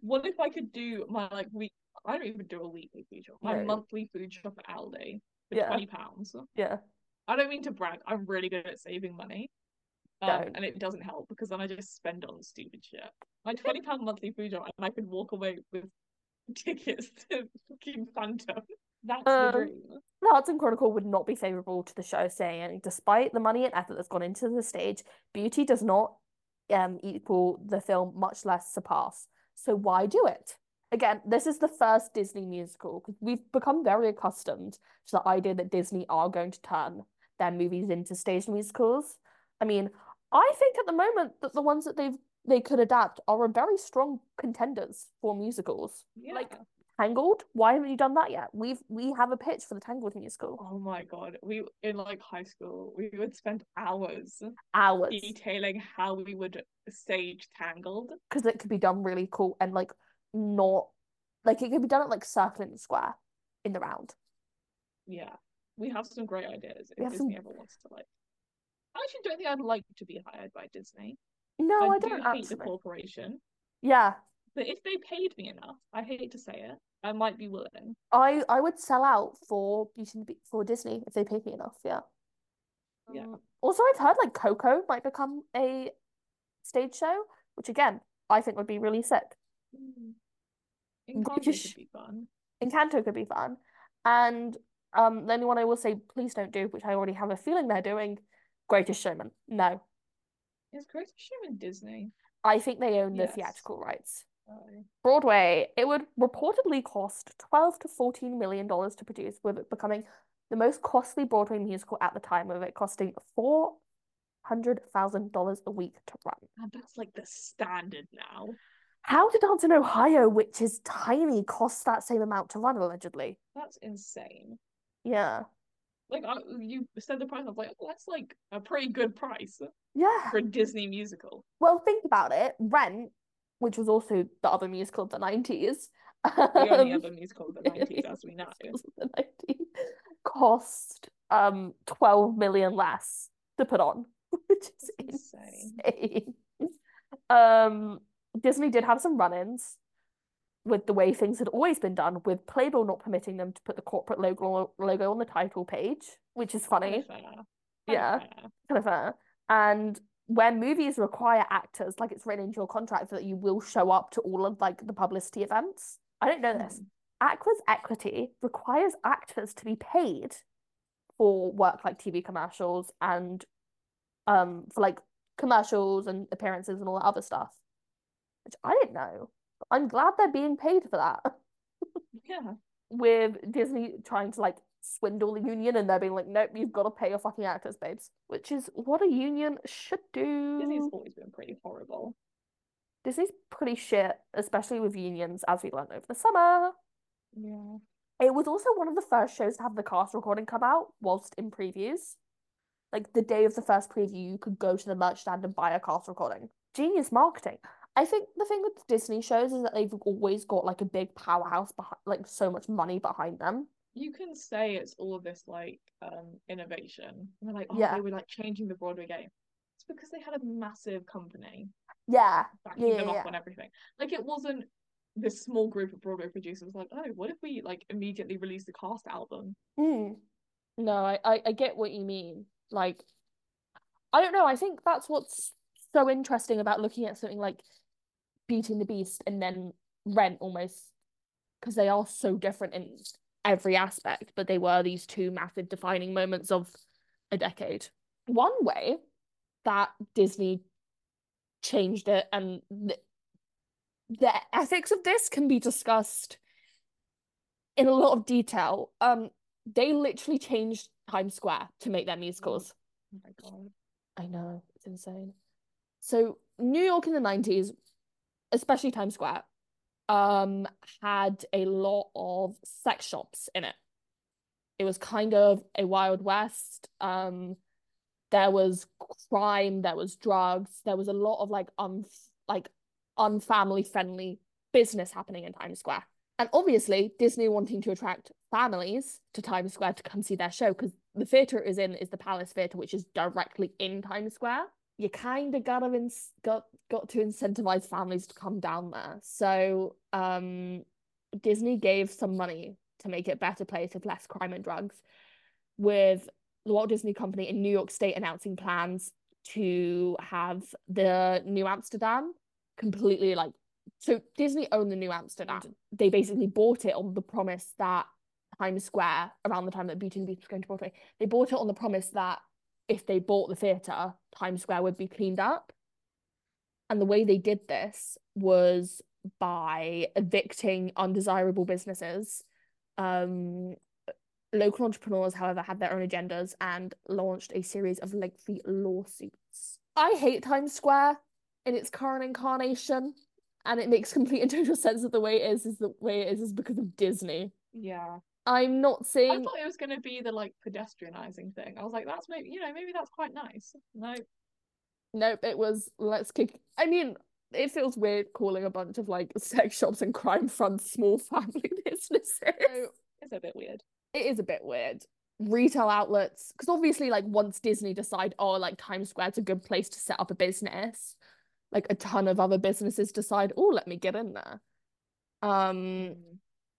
B: What if I could do my like week? I don't even do a weekly food shop. My
A: No.
B: monthly food shop at Aldi for
A: Yeah.
B: twenty pounds.
A: Yeah.
B: I don't mean to brag. I'm really good at saving money, um,
A: Don't.
B: and it doesn't help because then I just spend on stupid shit. My twenty pound monthly food shop, and I could walk away with tickets to fucking Phantom. That's
A: Um,
B: the dream.
A: The Arts and Chronicle would not be favourable to the show, saying, despite the money and effort that's gone into the stage, beauty does not um, equal the film, much less surpass. So why do it? Again, this is the first Disney musical because we've become very accustomed to the idea that Disney are going to turn their movies into stage musicals. I mean, I think at the moment that the ones that they've they could adapt are a very strong contenders for musicals.
B: Yeah.
A: like- Tangled? Why haven't you done that yet? We've we have a pitch for the Tangled musical.
B: oh my god, we in like high school, we would spend hours
A: Hours.
B: detailing how we would stage Tangled.
A: Because it could be done really cool and like not like it could be done at like circle in the square in the round.
B: Yeah, we have some great ideas if
A: We have
B: Disney
A: some-
B: ever wants to like. I actually don't think I'd like to be hired by Disney.
A: No, I,
B: do
A: don't
B: hate the
A: actually.
B: corporation,
A: Yeah.
B: but if they paid me enough, I hate to say it, I might be willing.
A: I I would sell out for Beauty and the Beast for Disney if they paid me enough, yeah.
B: Yeah.
A: Um, also I've heard like Coco might become a stage show, which again, I think would be really sick. Mm.
B: Encanto
A: British-
B: could be fun.
A: Encanto could be fun. And um, the only one I will say please don't do, which I already have a feeling they're doing, Greatest Showman. No,
B: Is Greatest Showman Disney?
A: I think they own the
B: Yes.
A: theatrical rights.
B: Oh.
A: Broadway, it would reportedly cost 12 to 14 million dollars to produce, with it becoming the most costly Broadway musical at the time, with it costing $400,000 a week to run.
B: And that's like the standard now.
A: How did Dance in Ohio, which is tiny, cost that same amount to run, allegedly?
B: That's insane.
A: Yeah.
B: Like I, you said the price, I was like, oh, that's like a pretty good price
A: Yeah.
B: for a Disney musical.
A: Well, think about it. Rent, which was also the other musical of the 90s,
B: The only
A: um,
B: other musical of the 90s, as we know.
A: musicals of the 90s, cost um 12 million less to put on, which is
B: That's insane.
A: insane. Um, Disney did have some run-ins with the way things had always been done, with Playbill not permitting them to put the corporate logo logo on the title page, which is funny
B: Kinda fair. Kinda
A: Yeah.
B: fair.
A: kind of a and where movies require actors like it's written into your contract that you will show up to all of like the publicity events i don't know this
B: Hmm.
A: Aqua's equity requires actors to be paid for work like tv commercials and um for like commercials and appearances and all that other stuff which i didn't know i'm glad they're being paid for that
B: Yeah.
A: with Disney trying to like swindle the union and they're being like, nope, you've got to pay your fucking actors, babes, which is what a union should do.
B: Disney's always been pretty horrible.
A: Disney's pretty shit, especially with unions, as we learned over the summer.
B: Yeah.
A: It was also one of the first shows to have the cast recording come out whilst in previews. Like the day of the first preview, you could go to the merch stand and buy a cast recording. Genius marketing. I think the thing with Disney shows is that they've always got like a big powerhouse behind, like so much money behind them.
B: You can say it's all this like um innovation. And they're like, oh,
A: Yeah.
B: they were like changing the Broadway game. It's because they had a massive company
A: Yeah,
B: backing
A: Yeah,
B: them
A: yeah,
B: up on everything. Like it wasn't this small group of Broadway producers like, oh, what if we like immediately release the cast album?
A: Mm. No, I, I, I get what you mean. Like, I don't know. I think that's what's so interesting about looking at something like Beauty and the Beast and then Rent almost, because they are so different in every aspect, but they were these two massive defining moments of a decade. One way that Disney changed it and th- the ethics of this can be discussed in a lot of detail. Um, they literally changed Times Square to make their musicals.
B: Oh my god.
A: I know, it's insane. So New York in the 90s, especially Times Square, um, had a lot of sex shops in it. It was kind of a wild west. Um, there was crime, there was drugs, there was a lot of like un like unfamily friendly business happening in Times Square. And obviously, Disney wanting to attract families to Times Square to come see their show because the theater it was in is the Palace Theater, which is directly in Times Square. You kind of gotta in- got got to incentivize families to come down there. So um, Disney gave some money to make it a better place with less crime and drugs, with the Walt Disney Company in New York State announcing plans to have the New Amsterdam completely like so Disney owned the New Amsterdam. They basically bought it on the promise that Times Square, around the time that Beauty and the Beast was going to Broadway, they bought it on the promise that if they bought the theatre, Times Square would be cleaned up. And the way they did this was by evicting undesirable businesses. Um, local entrepreneurs, however, had their own agendas and launched a series of lengthy lawsuits. I hate Times Square in its current incarnation and it makes complete and total sense that the way it is is the way it is is because of Disney.
B: Yeah.
A: I'm not
B: I
A: saying
B: thought it was going to be the like pedestrianizing thing. I was like, that's maybe, you know, maybe that's quite nice. No,
A: nope. It was let's kick. I mean, it feels weird calling a bunch of like sex shops and crime fronts small family businesses.
B: So- it's a bit weird.
A: it is a bit weird. Retail outlets, because obviously, like once Disney decide, oh, like Times Square's a good place to set up a business, like a ton of other businesses decide, oh, let me get in there. Um,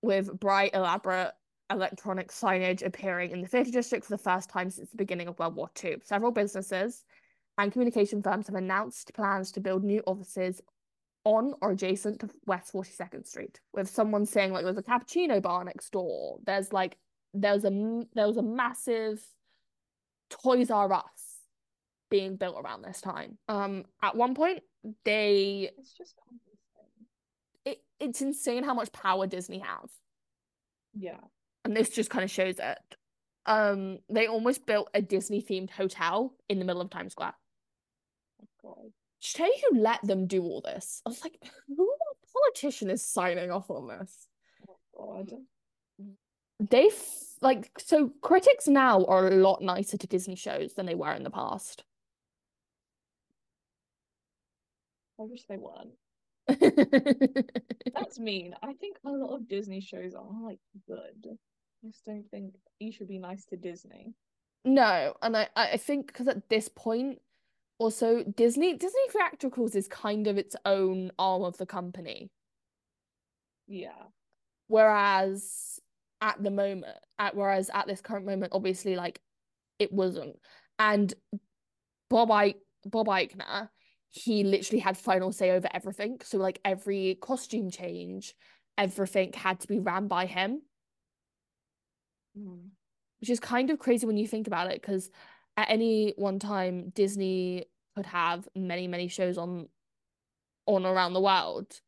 A: with bright, elaborate electronic signage appearing in the theatre district for the first time since the beginning of World War II. Several businesses and communication firms have announced plans to build new offices on or adjacent to West 42nd Street. With someone saying like there's a cappuccino bar next door. There's like there's a m- there was a massive Toys R Us being built around this time. Um at one point they
B: It's just kind of insane.
A: it, it's insane how much power Disney have.
B: Yeah.
A: and this just kind of shows it. Um, they almost built a Disney themed hotel in the middle of Times Square.
B: Oh God.
A: Should tell you who let them do all this. I was like, who politician is signing off on this?
B: oh God.
A: They f- like so critics now are a lot nicer to Disney shows than they were in the past.
B: I wish they weren't. That's mean. I think a lot of Disney shows are like good. I just don't think you should be nice to Disney.
A: No, and I I I think because at this point, also Disney Disney Theatricals is kind of its own arm of the company.
B: Yeah.
A: Whereas at the moment, at whereas at this current moment, obviously, like it wasn't. And Bob I Bob Eichner, he literally had final say over everything. So like every costume change, everything had to be ran by him, Hmm. which is kind of crazy when you think about it, because at any one time, Disney could have many, many shows on on around the world.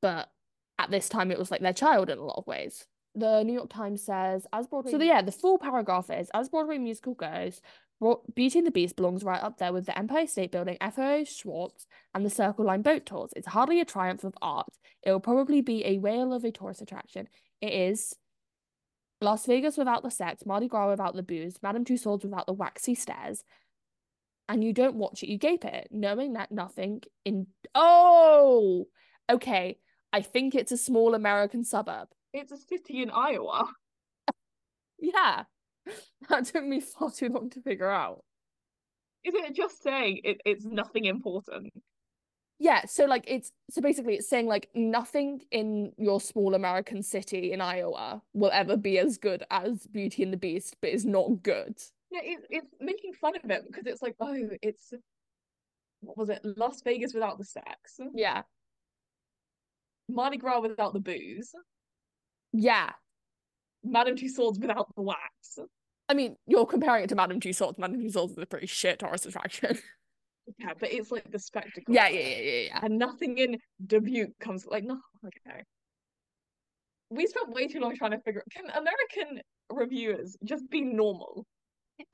A: But at this time, it was like their child in a lot of ways. The New York Times says, as Broadway. So, the, yeah, the full paragraph is as Broadway musical goes, Bro- Beauty and the Beast belongs right up there with the Empire State Building, FOA Schwartz, and the Circle Line boat tours. It's hardly a triumph of art. It will probably be a whale of a tourist attraction. It is Las Vegas without the sex, Mardi Gras without the booze, Madame Tussauds without the waxy stairs. And you don't watch it, you gape at it, knowing that nothing in. Oh! Okay. I think it's a small American suburb.
B: It's a city in Iowa.
A: Yeah. That took me far too long to figure out.
B: Is it just saying it, it's nothing important?
A: Yeah, so like it's so basically it's saying like nothing in your small American city in Iowa will ever be as good as Beauty and the Beast, but it's not good.
B: Yeah, it, it's making fun of it because it's like, oh, it's what was it? Las Vegas without the sex,
A: Yeah.
B: Mardi Gras without the booze,
A: Yeah.
B: Madame Tussauds without the wax.
A: I mean, you're comparing it to Madame Tussauds. Madame Tussauds is a pretty shit tourist attraction.
B: Yeah, but it's like the spectacle.
A: Yeah,
B: of
A: yeah,
B: it.
A: yeah, yeah, yeah.
B: And nothing in Dubuque comes like no. Okay. We spent way too long trying to figure. Can American reviewers just be normal?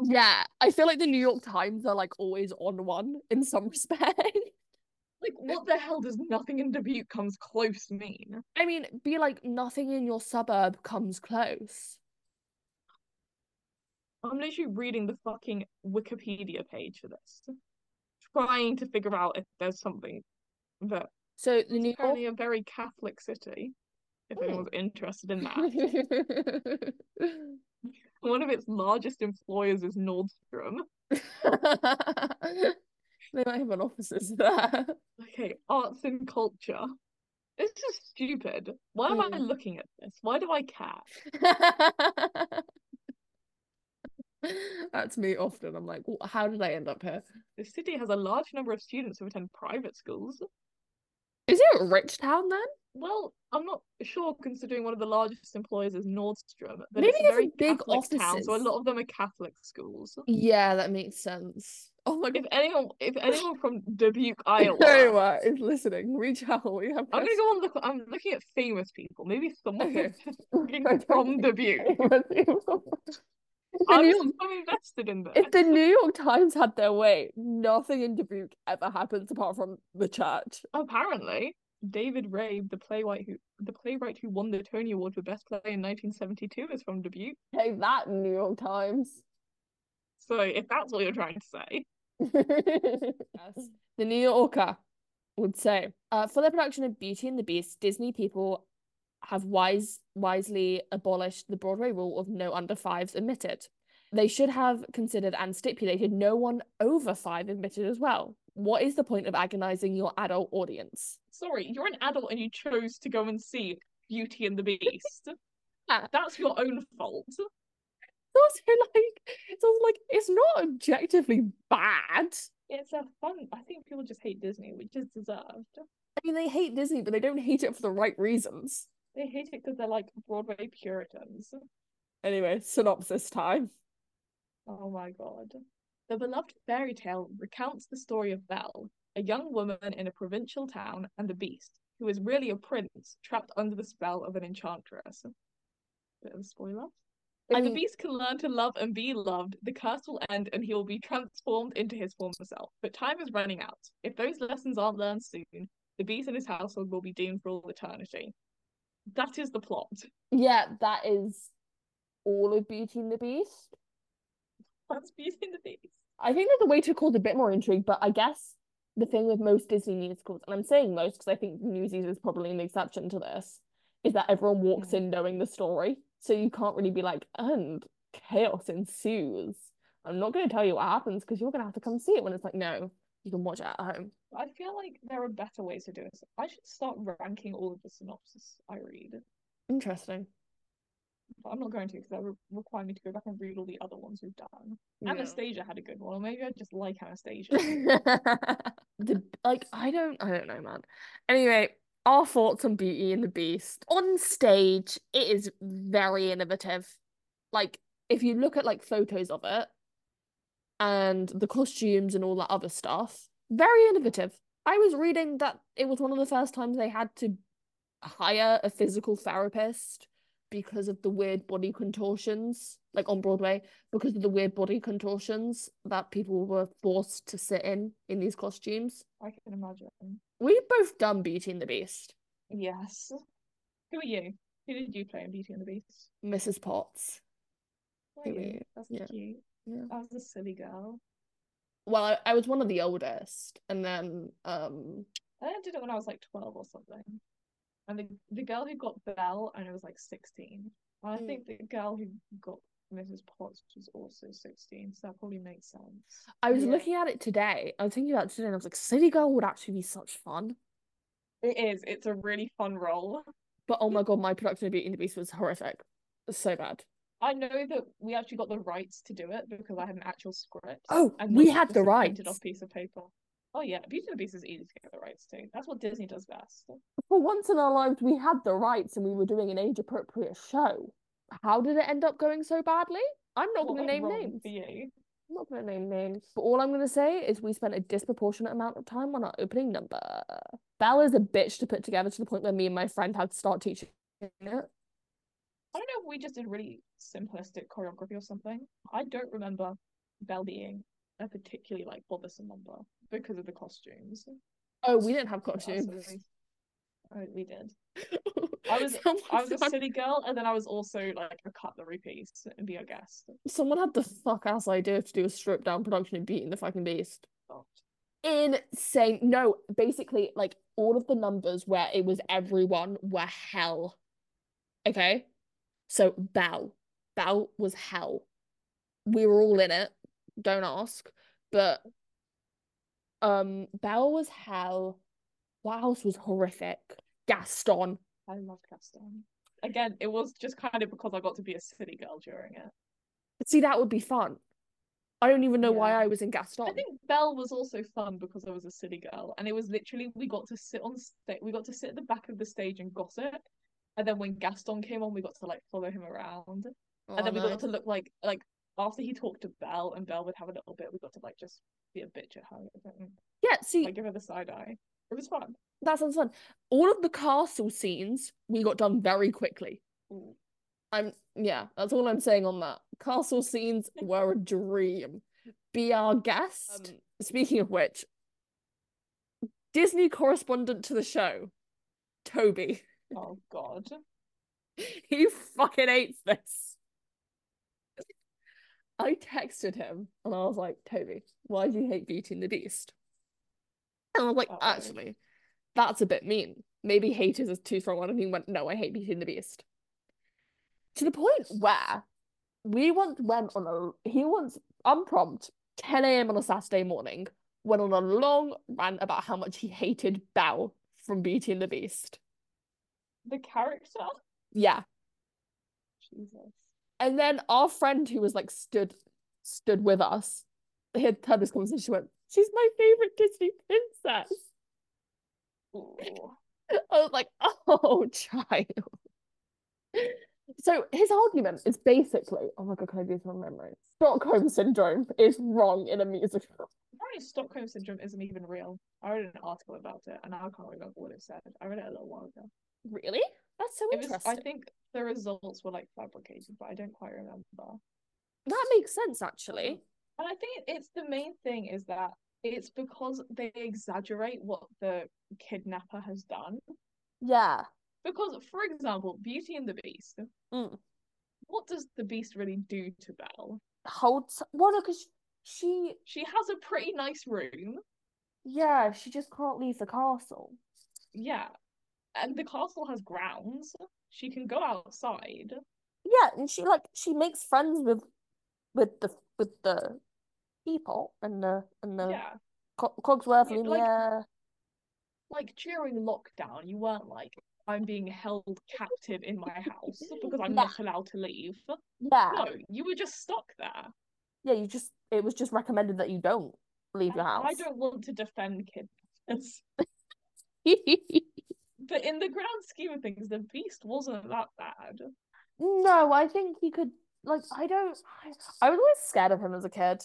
A: Yeah, I feel like the New York Times are like always on one in some respect.
B: Like, what the hell does nothing in Dubuque comes close mean?
A: I mean, be like nothing in your suburb comes close.
B: I'm literally reading the fucking Wikipedia page for this, trying to figure out if there's something that
A: So the
B: It's
A: New
B: apparently a very Catholic city, if
A: Hmm.
B: anyone's interested in that.
A: York.
B: One of its largest employers is Nordstrom.
A: They might have an offices there.
B: Okay, arts and culture. This is stupid. Why am I
A: Mm.
B: looking at this? Why do I care?
A: That's me often. I'm like, "Wh- how did I end up here?
B: The city has a large number of students who attend private schools.
A: Is it a rich town then?
B: Well, I'm not sure considering one of the largest employers is Nordstrom, but
A: Maybe
B: it's
A: they
B: a
A: have a
B: very
A: big
B: Catholic town, so a
A: offices.
B: lot of them are Catholic schools.
A: Yeah, that makes sense. Oh my
B: If anyone, if anyone from Dubuque,
A: god,
B: Iowa,
A: Iowa is listening. Reach out. We have
B: I'm gonna go on look. I'm looking at famous people. Maybe someone
A: Okay.
B: who's fucking
A: I don't
B: from
A: think
B: the view.
A: questions. If the
B: I'm
A: New
B: just
A: York-
B: so invested in this.
A: if the New York Times had their way, nothing in Dubuque ever happens apart from the church.
B: Apparently, David Rabe, the playwright who the playwright who won the Tony Award for Best Play in 1972, is from Dubuque.
A: Take that, New York Times.
B: So if that's what you're trying to say,
A: Yes. The New Yorker would say, uh, for the production of Beauty and the Beast, Disney people have wise wisely abolished the Broadway rule of no under fives admitted. They should have considered and stipulated no one over five admitted as well. What is the point of agonizing your adult audience?
B: sorry, you're an adult and you chose to go and see Beauty and the Beast.
A: Yeah.
B: That's your own fault.
A: It's also like it's also like it's not objectively bad.
B: It's a fun. I think people just hate Disney, which is deserved.
A: I mean, they hate Disney, but they don't hate it for the right reasons.
B: They hate it because they're like Broadway Puritans.
A: Anyway, synopsis time.
B: Oh my god. The beloved fairy tale recounts the story of Belle, a young woman in a provincial town, and the beast, who is really a prince trapped under the spell of an enchantress. Bit of a spoiler. If
A: I
B: the
A: mean-
B: beast can learn to love and be loved, the curse will end and he will be transformed into his former self. But time is running out. If those lessons aren't learned soon, the beast and his household will be doomed for all eternity. That is the plot.
A: Yeah, that is all of Beauty and the Beast.
B: That's Beauty and the Beast.
A: I think there's a way to cause a bit more intrigue, but I guess the thing with most Disney musicals, and I'm saying most because I think Newsies is probably an exception to this, is that everyone walks
B: Mhm.
A: in knowing the story. So you can't really be like, and chaos ensues. I'm not going to tell you what happens because you're going to have to come see it when it's like, no, you can watch it at home.
B: I feel like there are better ways to do this. I should start ranking all of the synopses I read,
A: Interesting.
B: but I'm not going to because that would require me to go back and read all the other ones we've done. Anastasia had a good one, or maybe I just like Anastasia.
A: the like I don't I don't know man. Anyway, our thoughts on Beauty and the Beast. On stage, it is very innovative. Like if you look at like photos of it and the costumes and all that other stuff, very innovative. I was reading that it was one of the first times they had to hire a physical therapist because of the weird body contortions, like on Broadway, because of the weird body contortions that people were forced to sit in in these costumes.
B: I can imagine.
A: We've both done Beauty and the Beast,
B: Yes. Who are you? Who did you play in Beauty and the Beast?
A: Mrs. Potts.
B: Who
A: Who
B: are
A: are
B: you?
A: you?
B: That's
A: Yeah.
B: cute.
A: Yeah.
B: I was a silly girl.
A: Well, I, I was one of the oldest, and then um,
B: I did it when I was like 12 or something. And the, the girl who got Belle, and it was like 16. And I
A: Mm.
B: think the girl who got Mrs. Potts was also 16, so that probably makes sense.
A: I was
B: Yeah.
A: looking at it today. I was thinking about it today, and I was like, City Girl would actually be such fun.
B: It is. It's a really fun role.
A: But oh my god, my production of Beauty and the Beast was horrific. So bad.
B: I know that we actually got the rights to do it because I had an actual script.
A: Oh,
B: and
A: we
B: not
A: had the
B: just a printed
A: rights.
B: off piece of paper. Oh yeah, Beauty and the Beast is easy to get the rights to. That's what Disney does best.
A: For once in our lives, we had the rights and we were doing an age appropriate show. How did it end up going so badly? I'm not
B: What
A: going to
B: went
A: name
B: wrong
A: names.
B: for you?
A: I'm not gonna name names, but all I'm gonna say is we spent a disproportionate amount of time on our opening number. Bella's a bitch to put together to the point where me and my friend had to start teaching it.
B: I don't know if we just did really simplistic choreography or something. I don't remember Bell being a particularly like bothersome number because of the costumes.
A: Oh, we didn't have
B: But that's
A: costumes.
B: okay. Oh, we did. I was-
A: someone,
B: I was a
A: someone,
B: city girl, and then I was also like a cutlery piece and be a guest.
A: someone had the fuck ass idea to do a stripped down production of Beauty and the fucking Beast.
B: Oh.
A: Insane. No, basically, like all of the numbers where it was everyone were hell. Okay? So Bow. Bow was hell. We were all in it. Don't ask. But um Bow was hell. What else was horrific? Gaston.
B: I loved Gaston. Again, it was just kind of because I got to be a city girl during it.
A: See, that would be fun. I don't even know why
B: Yeah.
A: I was in Gaston.
B: I think Belle was also fun because I was a city girl, and it was literally we got to sit on sta- we got to sit at the back of the stage and gossip, and then when Gaston came on, we got to like follow him around, and then we
A: Oh,
B: got to look like like after he talked to Belle, and Belle would have a little bit. We got to like just be a bitch at her, and,
A: Yeah, see,
B: like give her the side eye. It was fun.
A: that sounds fun. All of the castle scenes we got done very quickly.
B: Ooh.
A: I'm yeah, that's all I'm saying on that. Castle scenes were a dream. Be our guest.
B: Um,
A: Speaking of which, Disney correspondent to the show, Toby.
B: oh God,
A: He fucking hates this. I texted him and I was like, Toby, why do you hate Beauty and the Beast? And I was like,
B: Uh-oh.
A: actually, that's a bit mean. Maybe hate is a too strong one. And he went, no, I hate Beauty and the Beast. To the point where we once went on a, he once, unprompt, 10 a.m. on a Saturday morning, went on a long rant about how much he hated Bao from Beauty and the Beast.
B: the character.
A: Yeah.
B: Jesus.
A: And then our friend who was like stood stood with us, he had had this conversation. She went, "She's my favorite Disney princess."
B: Ooh.
A: I was like, "Oh, child." So his argument is basically, oh my god, can I do this from memory? Stockholm syndrome is wrong in a musical.
B: Apparently, Stockholm syndrome isn't even real. I read an article about it, and I can't remember what it said. I read it a little while ago.
A: Really? That's so
B: It was,
A: interesting.
B: I think the results were like fabricated, but I don't quite remember.
A: That makes sense, actually.
B: And I think it's the main thing is that it's because they exaggerate what the kidnapper has done.
A: Yeah.
B: Because, for example, Beauty and the Beast,
A: Mm.
B: what does the Beast really do to Belle?
A: Holds. Well, no, because she,
B: She has a pretty nice room,
A: yeah, she just can't leave the castle.
B: yeah, and the castle has grounds. She can go outside.
A: yeah and she like she makes friends with with the with the people and the and the
B: Yeah.
A: Co- cogsworth
B: Yeah,
A: and
B: like-
A: yeah
B: like during lockdown, you weren't like, I'm being held captive in my house because I'm
A: Yeah.
B: not allowed to leave.
A: yeah
B: No, you were just stuck there.
A: yeah you just it was just recommended that you don't leave your
B: And
A: house
B: I don't want to defend kidnappers. But in the grand scheme of things, the beast wasn't that bad.
A: no i think he could like i don't I, I was always scared of him as a kid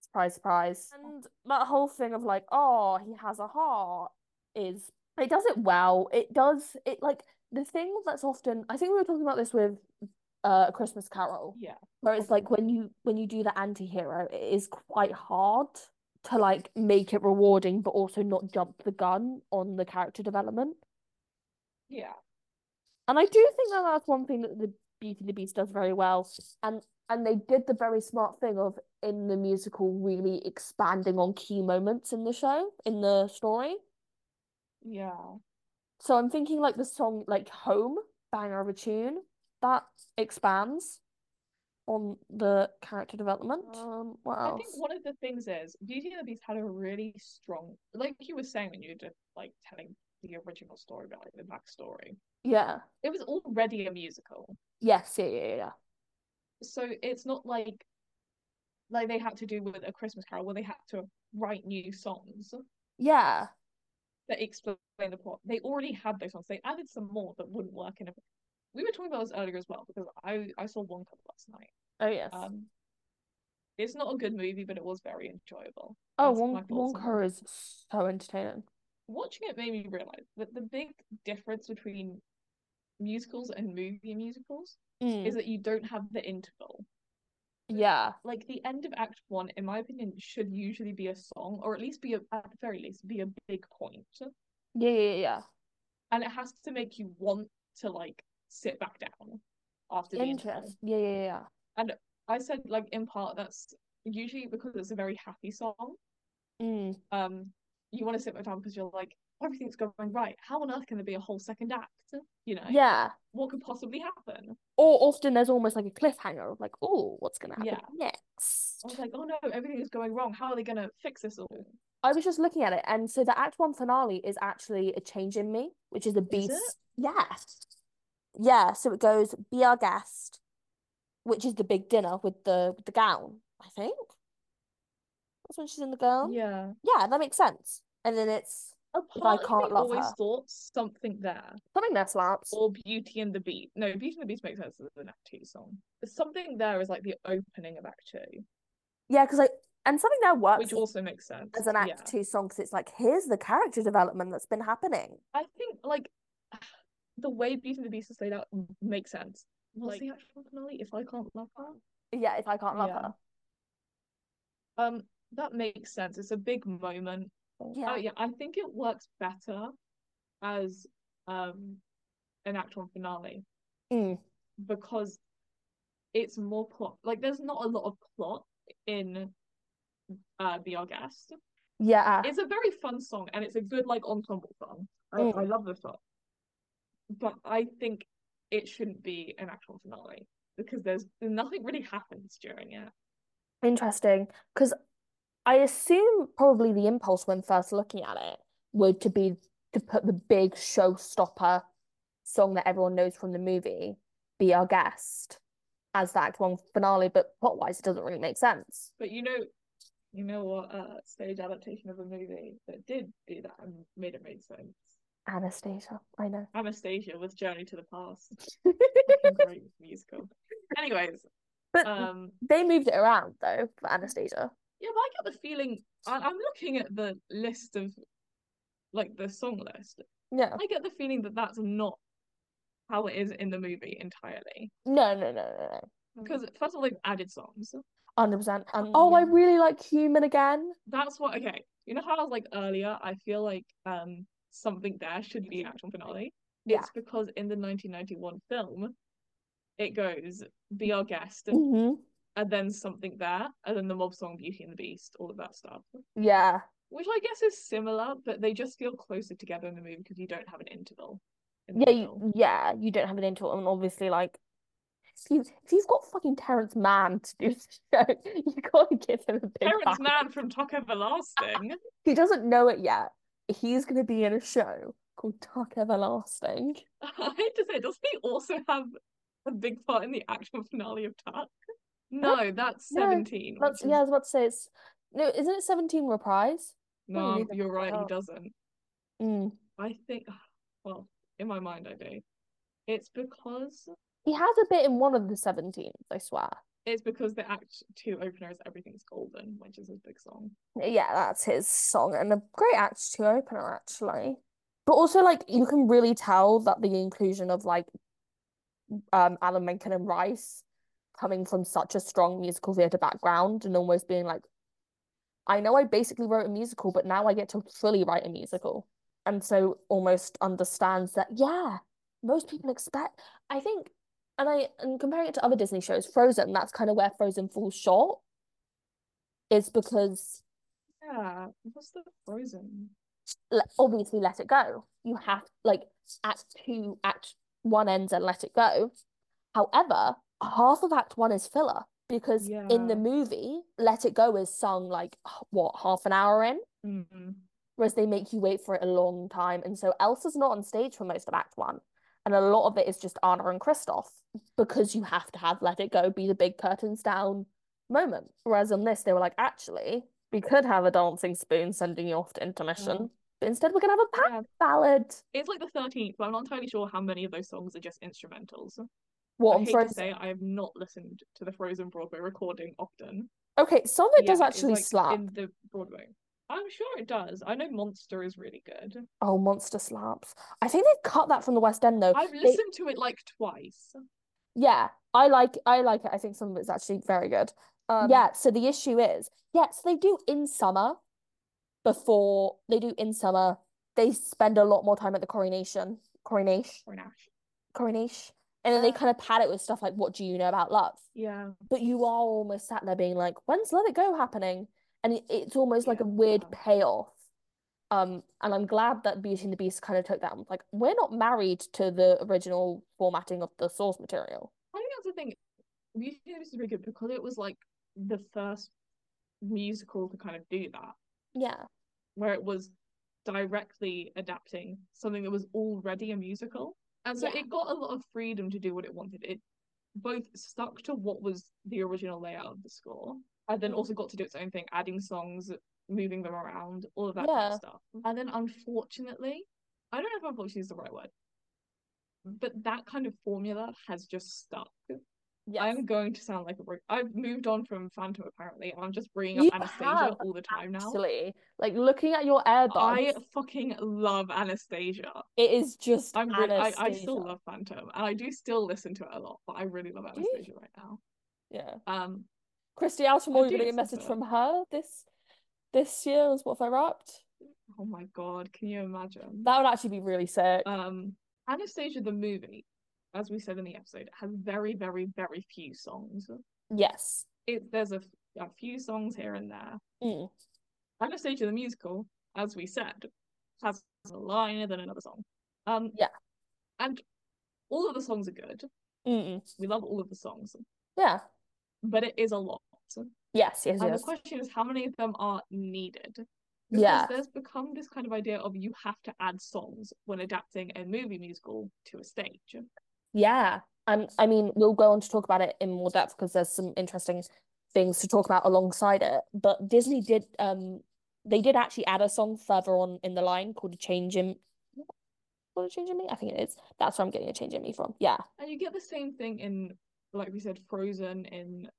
A: surprise surprise and that whole thing of like oh he has a heart is it does it well it does it like the thing that's often i think we were talking about this with uh A christmas carol
B: Yeah.
A: where it's like
B: Probably.
A: when you when you do the anti-hero it is quite hard to like make it rewarding but also not jump the gun on the character development
B: Yeah.
A: and i do think that that's one thing that the beauty and the beast does very well and and they did the very smart thing of in the musical really expanding on key moments in the show in the story
B: Yeah.
A: so i'm thinking like the song like home banger of a tune that expands on the character development um what
B: Oh. I
A: else
B: think one of the things is Beauty and the Beast had a really strong, like you were saying when you were just like telling the original story about like, the backstory.
A: yeah
B: It was already a musical.
A: Yes, yeah, yeah, yeah.
B: so it's not like like they had to do with a Christmas Carol where they had to write new songs
A: Yeah.
B: that explain the plot. They already had those songs. They added some more that wouldn't work in a. We were talking about this earlier as well because I I saw one cut last night.
A: Oh yes.
B: Um, It's not a good movie, but it was very enjoyable.
A: Oh,
B: That's my
A: Wong,
B: thoughts
A: Wong
B: on it.
A: Kar is so entertaining.
B: Watching it made me realize that the big difference between musicals and movie musicals
A: Hmm.
B: is that you don't have the interval.
A: Mm, Yeah,
B: Like the end of Act One, in my opinion, should usually be a song, or at least be a, at the very least be a big point,
A: yeah, yeah, yeah.
B: and it has to make you want to like sit back down after the interval.
A: Interest. Yeah, yeah, yeah.
B: I said like in part that's usually because it's a very happy song.
A: yeah. Mm.
B: Um, you want to sit back down because you're like everything's going right. How on earth can there be a whole second act? You know,
A: Yeah.
B: what could possibly happen?
A: Or often there's almost like a cliffhanger of like, oh, what's gonna happen
B: Yeah.
A: next?
B: I was like, oh no, everything is going wrong. How are they gonna fix this all?
A: I was just looking at it, and so the Act One finale is actually a change in me, which is the
B: Is it?
A: beast. Yeah, yeah. So it goes be our guest, which is the big dinner with the with the gown. I think that's when she's in the gown.
B: Yeah,
A: Yeah, that makes sense. And then it's
B: a
A: I
B: part of
A: can't
B: me
A: love
B: Oh, always
A: her.
B: thought something there,
A: something that slaps.
B: or Beauty and the Beat. No, Beauty and the Beast makes sense as an Act Two song. Something there is like the opening of Act Two,
A: Yeah, because I and something that works
B: which also makes sense
A: as an Act
B: Yeah.
A: Two song because it's like here's the character development that's been happening.
B: I think like the way Beauty and the Beast is laid out m- makes sense. What's
A: Like-
B: the actual finale? If I can't love her,
A: Yeah, if I can't love
B: Yeah.
A: her.
B: um, that makes sense. It's a big moment.
A: Yeah.
B: Oh yeah, I think it works better as um an act one finale
A: Mm.
B: because it's more plot. Like, there's not a lot of plot in uh Be Our Guest.
A: Yeah.
B: It's a very fun song and it's a good like ensemble song. I,
A: Mm.
B: I love the song, but I think it shouldn't be an actual finale because there's nothing really happens during it.
A: Interesting, because I assume probably the impulse when first looking at it would to be to put the big showstopper song that everyone knows from the movie, Be Our Guest, as the Act One finale, but plot-wise, it doesn't really make sense.
B: But you know, you know what uh stage adaptation of a movie that did do that and made it make sense.
A: Anastasia, I know.
B: Anastasia with Journey to the Past. Fucking great musical. Anyways,
A: But
B: um
A: they moved it around though for Anastasia.
B: Yeah, but I get the feeling I- I'm looking at the list of like the song list.
A: No,
B: I get the feeling that that's not how it is in the movie entirely.
A: no, no, no, no, no.
B: Because first of all, they've added songs.
A: 100%. And oh, I
B: Um,
A: really like Human again.
B: That's what. Okay, you know how I was like earlier. I feel like um something there should be actual finale.
A: Yeah.
B: It's because in the 1991 film, it goes be our guest,
A: Mhm.
B: and then something there, and then the mob song Beauty and the Beast, all of that stuff.
A: Yeah.
B: Which I guess is similar, but they just feel closer together in the movie because you don't have an interval. In the
A: Yeah,
B: middle.
A: you, yeah, you don't have an intro, and obviously, like, if you if you've got fucking Terrence Mann to do this show, you gotta give him a big
B: Terrence
A: bag.
B: Mann from Talk Everlasting.
A: He doesn't know it yet. He's gonna be in a show called Talk Everlasting.
B: I hate to say, it, doesn't he also have a big part in the actual finale of Tuck? No, that's
A: No,
B: 17.
A: That's
B: which
A: yeah, I was
B: is-
A: about to say it's no, isn't it Seventeen Reprise? well, you
B: No,
A: need to
B: you're right, he
A: out.
B: doesn't.
A: Mm.
B: I think, well, in my mind, I do. It's because
A: He has a bit in one of the Seventeens, I swear.
B: it's because the Act Two opener is Everything's Golden, which is his big song.
A: Yeah, that's his song and a great act to opener actually. But also like you can really tell that the inclusion of like um Alan Menken and Rice coming from such a strong musical theatre background and almost being like, I know I basically wrote a musical, but now I get to fully write a musical. And so almost understands that, yeah, most people expect I think and I and comparing it to other Disney shows, Frozen, that's kind of where Frozen falls short. Is because
B: Yeah, what's the Frozen?
A: le- obviously let it go. You have like act two, act one ends and let it go. However, half of act one is filler because in
B: Yeah.
A: the movie, let it go is sung like h- what half an hour in,
B: Mm.
A: whereas they make you wait for it a long time. And so Elsa's not on stage for most of act one. And a lot of it is just Anna and Kristoff because you have to have let it go be the big curtains down moment. Whereas on this, they were like, actually, we could have a dancing spoon sending you off to intermission, but instead we're gonna have a pa-
B: Yeah,
A: ballad.
B: It's like the thirteenth, but I'm not entirely sure how many of those songs are just instrumentals.
A: What
B: I
A: on
B: hate
A: Frozen?
B: to say I have not listened to the Frozen Broadway recording often,
A: Okay, some of it does
B: Yeah,
A: actually
B: it's, like,
A: slap.
B: in the Broadway. I'm sure it does. I know Monster is really good.
A: Oh, monster slaps. I think they've cut that from the West End though.
B: I've
A: They-
B: listened to it like twice.
A: Yeah, I like I like it. I think some of it's actually very good.
B: Um,
A: yeah, so the issue is, yeah, so they do in summer before they do in summer, they spend a lot more time at the coronation, coronation,
B: Or Nash.
A: coronation, and then they
B: Uh,
A: kind of pad it with stuff like, what do you know about love?
B: Yeah.
A: But you are almost sat there being like, when's Let It Go happening? And it, it's almost like
B: Yeah,
A: a weird
B: uh-huh.
A: payoff. Um, and I'm glad that Beauty and the Beast kind of took that. and was Like, we're not married to the original formatting of the source material.
B: I think that's the thing. Beauty and the Beast is really good because it was like the first musical to kind of do that,
A: Yeah.
B: where it was directly adapting something that was already a musical. And so
A: Yeah.
B: it got a lot of freedom to do what it wanted. It both stuck to what was the original layout of the score, and then
A: Mm.
B: also got to do its own thing, adding songs, moving them around, all of that kind
A: Yeah.
B: of stuff. And then unfortunately, I don't know if unfortunately is the right word, but that kind of formula has just stuck.
A: Yes.
B: I'm going to sound like a brick. I've moved on from Phantom apparently, and I'm just bringing
A: You
B: up Anastasia
A: have,
B: all the time now.
A: Actually, like looking at your earbuds,
B: I fucking love Anastasia.
A: it is just
B: I'm really, I, I
A: Anastasia.
B: still love Phantom, and I do still listen to it a lot, but I really love
A: Do you?
B: Anastasia right now.
A: Yeah.
B: Um,
A: Christy Altamore, you're
B: I
A: gonna
B: do
A: get a
B: listen
A: message
B: to it.
A: from her this this year as what if I rapped?
B: Oh my god, can you imagine?
A: That would actually be really sick.
B: Um, Anastasia the movie, as we said in the episode, has very, very, very few songs.
A: yes.
B: It there's a, a few songs here and there.
A: Mm.
B: Anastasia the musical, as we said, has a line and then another song. Um,
A: Yeah.
B: and all of the songs are good.
A: Mm-mm.
B: We love all of the songs,
A: Yeah.
B: but it is a lot.
A: Yes, yes,
B: And the
A: yes.
B: question is, how many of them are needed? Because
A: Yeah.
B: there's become this kind of idea of you have to add songs when adapting a movie musical to a stage.
A: Yeah. Um, I mean, we'll go on to talk about it in more depth because there's some interesting things to talk about alongside it. But Disney did um they did actually add a song further on in the line called A Change in called A Change in Me? I think it is. That's where I'm getting a change in me from. Yeah.
B: And you get the same thing in, like we said, Frozen in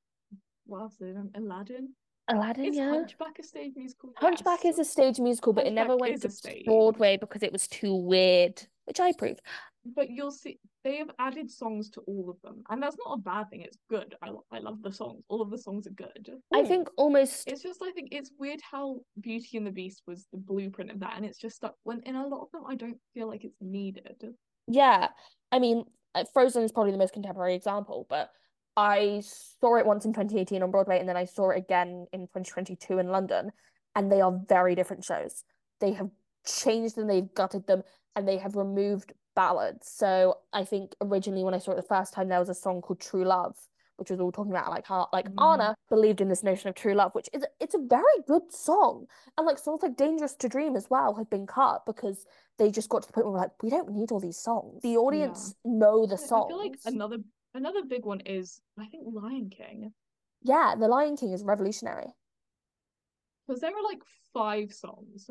B: what else did I do? Aladdin?
A: Aladdin,
B: Is
A: yeah.
B: Hunchback a stage musical?
A: Hunchback
B: Yes.
A: is a stage musical, but it never
B: Hunchback
A: went
B: is
A: to
B: a stage.
A: Broadway because it was too weird, which I approve.
B: But you'll see they have added songs to all of them, and that's not a bad thing. It's good. I lo- I love the songs. All of the songs are good.
A: I think almost
B: It's just I think it's weird how Beauty and the Beast was the blueprint of that, and it's just stuck. When in a lot of them, I don't feel like it's needed.
A: Yeah, I mean, uh, Frozen is probably the most contemporary example, but I saw it once in 2018 on Broadway, and then I saw it again in 2022 in London, and they are very different shows. They have changed them, they've gutted them, and they have removed ballads. So I think originally when I saw it the first time, there was a song called True Love, which was all talking about like how like
B: Mm.
A: Anna believed in this notion of true love, which is it's a very good song, and like songs like Dangerous to Dream as well had been cut because they just got to the point where we're like, we don't need all these songs. The audience know the
B: I I feel like
A: songs.
B: another another big one is I think Lion King.
A: Yeah, The Lion King is revolutionary.
B: Because there are like five songs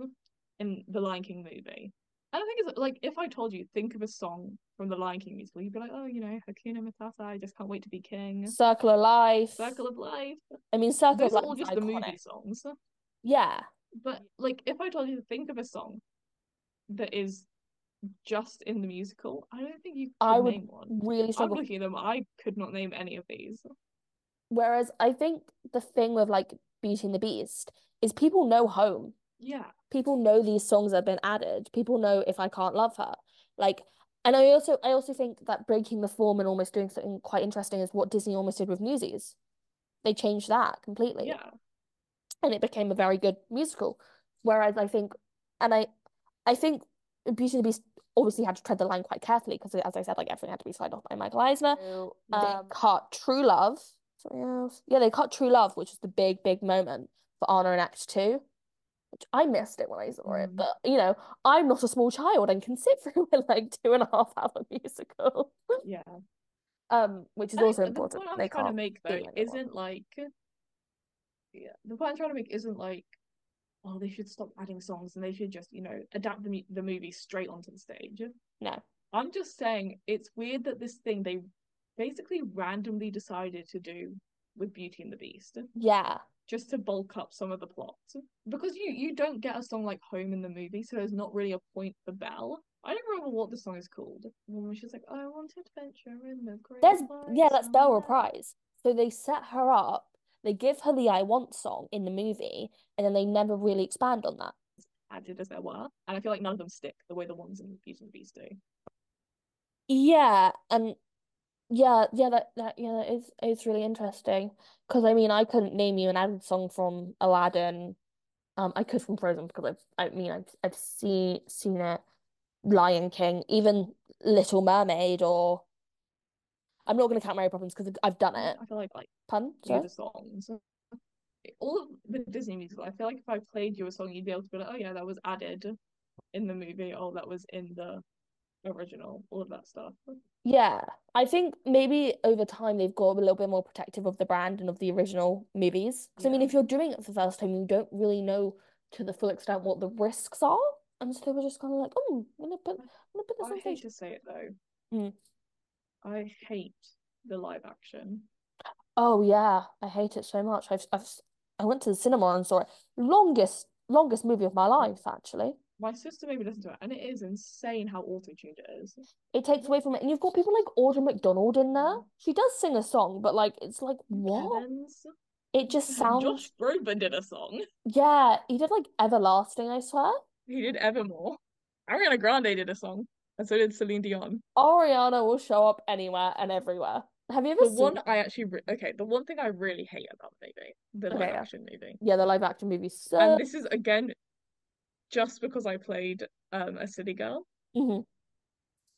B: in the Lion King movie. And I think it's like if I told you, think of a song from the Lion King musical, you'd be like, oh, you know, Hakuna Matata, I just can't wait to be king.
A: Circle of Life.
B: Circle of Life.
A: I mean, Circle of
B: Those are
A: Life
B: all
A: is
B: just the
A: iconic.
B: movie songs.
A: Yeah,
B: But like if I told you to think of a song that is just in the musical, I don't think you could
A: I would
B: name one.
A: really
B: I'm
A: struggle.
B: looking at them, I could not name any of these.
A: Whereas I think the thing with like Beauty and the Beast is people know home.
B: Yeah.
A: people know these songs have been added. People know if I can't love her. Like and I also I also think that breaking the form and almost doing something quite interesting is what Disney almost did with Newsies. They changed that completely
B: Yeah.
A: and it became a very good musical. Whereas I think and I I think Beauty and the Beast obviously had to tread the line quite carefully because as I said, like everything had to be signed off by Michael Eisner. They
B: Um,
A: cut True Love. Something else. Yeah, they cut True Love, which was the big, big moment for Anna in Act Two. Which I missed it when I saw it,
B: Mm.
A: but you know, I'm not a small child and can sit through a like two and a half hour musical.
B: yeah.
A: Um, which is
B: I think
A: also
B: the
A: important.
B: point I'm
A: They
B: trying to
A: can't
B: make
A: be
B: though
A: like that one.
B: isn't like yeah, the point I'm trying to make isn't like oh they should stop adding songs and they should just you know adapt the mu- the movie straight onto the stage.
A: No.
B: I'm just saying it's weird that this thing they basically randomly decided to do with Beauty and the Beast
A: Yeah.
B: just to bulk up some of the plot because you you don't get a song like home in the movie so there's not really a point for belle i don't remember what the song is called when she's like i want adventure in the great
A: There's
B: wide
A: yeah, that's Belle
B: somewhere."
A: Reprise. So they set her up, they give her the I Want song in the movie, and then they never really expand on that.
B: added as there were and i feel like none of them stick the way the ones in beauty and the beast do
A: Yeah, and yeah, yeah, that that yeah, that is is really interesting. Because I mean, I couldn't name you an Aladdin song from Aladdin. Um, I could from Frozen because I've I mean I've I've seen seen it. Lion King, even Little Mermaid, or I'm not gonna count Mary Poppins because I've done it.
B: i feel like like
A: Pun,
B: you
A: sorry.
B: the songs all of the disney music i feel like if i played you a song you'd be able to be like oh yeah that was added in the movie or that was in the original all of that stuff
A: Yeah, I think maybe over time they've got a little bit more protective of the brand and of the original movies. Because I mean,
B: Yeah.
A: if you're doing it for the first time, you don't really know to the full extent what the risks are, and so we're just kind of like, oh, I'm gonna put, I'm gonna put this
B: I
A: on
B: hate
A: stage.
B: to say it though.
A: Mm.
B: I hate the live action.
A: Oh yeah, I hate it so much. I've, I've, s- I went to the cinema and saw it. Longest, longest movie of my life, actually.
B: My sister made me listen to it, and it is insane how auto-tuned it is.
A: It takes away from it, and you've got people like Audra McDonald in there.
B: Mm.
A: She does sing a song, but like, it's like,
B: Luke
A: what?
B: Evans.
A: It just sounds.
B: Josh Groban did a song.
A: Yeah, he did like Everlasting, I swear.
B: He did Evermore. Ariana Grande did a song, and so did Celine Dion.
A: Ariana will show up anywhere and everywhere. Have you ever
B: The
A: seen?
B: one I actually re- okay, the one thing I really hate about the movie, the
A: Okay,
B: live
A: yeah.
B: action movie,
A: Yeah, the live action movie. So,
B: and this is again just because I played um a city girl.
A: Mhm.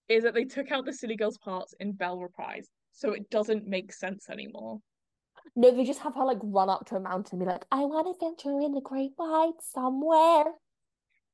B: is that they took out the Silly Girls parts in Belle Reprise, so it doesn't make sense anymore.
A: No, they just have her like run up to a mountain and be like, "I want to venture in the great wide somewhere."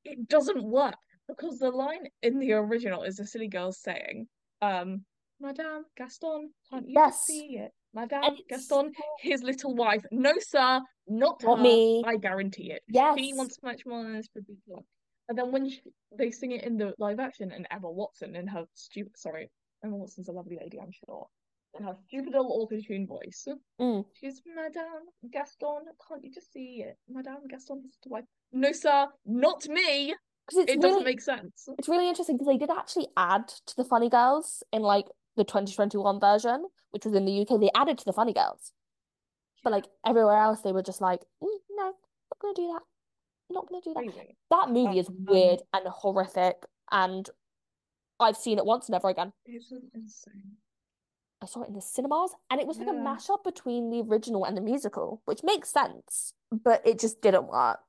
B: It doesn't work because the line in the original is the Silly Girls saying, um, Madame Gaston, can't you just
A: Yes,
B: see it? Madame
A: and it's
B: Gaston, his little wife. No, sir, not
A: not
B: her.
A: me.
B: I guarantee it. She
A: Yes,
B: wants much more than this for people. And then when she, they sing it in the live action, and Emma Watson in her stupid, sorry, Emma Watson's a lovely lady, I'm sure, in her stupid little auto-tune voice.
A: Mm.
B: She's Madame Gaston. Can't you just see it? Madame Gaston is the wife. No, sir, not me.
A: 'Cause it's
B: It doesn't
A: really,
B: make sense.
A: it's really interesting because they did actually add to the Funny Girls in like the 2021 version, which was in the UK. They added to the Funny Girls, but like everywhere else, they were just like, "Mm, "No, not gonna do that. Not gonna do that."
B: Crazy.
A: That
B: Uh,
A: movie is
B: Um,
A: weird and horrific, and I've seen it once, never again.
B: it's insane.
A: I saw it in the cinemas, and it was like a
B: Yeah.
A: mashup between the original and the musical, which makes sense, but it just didn't work.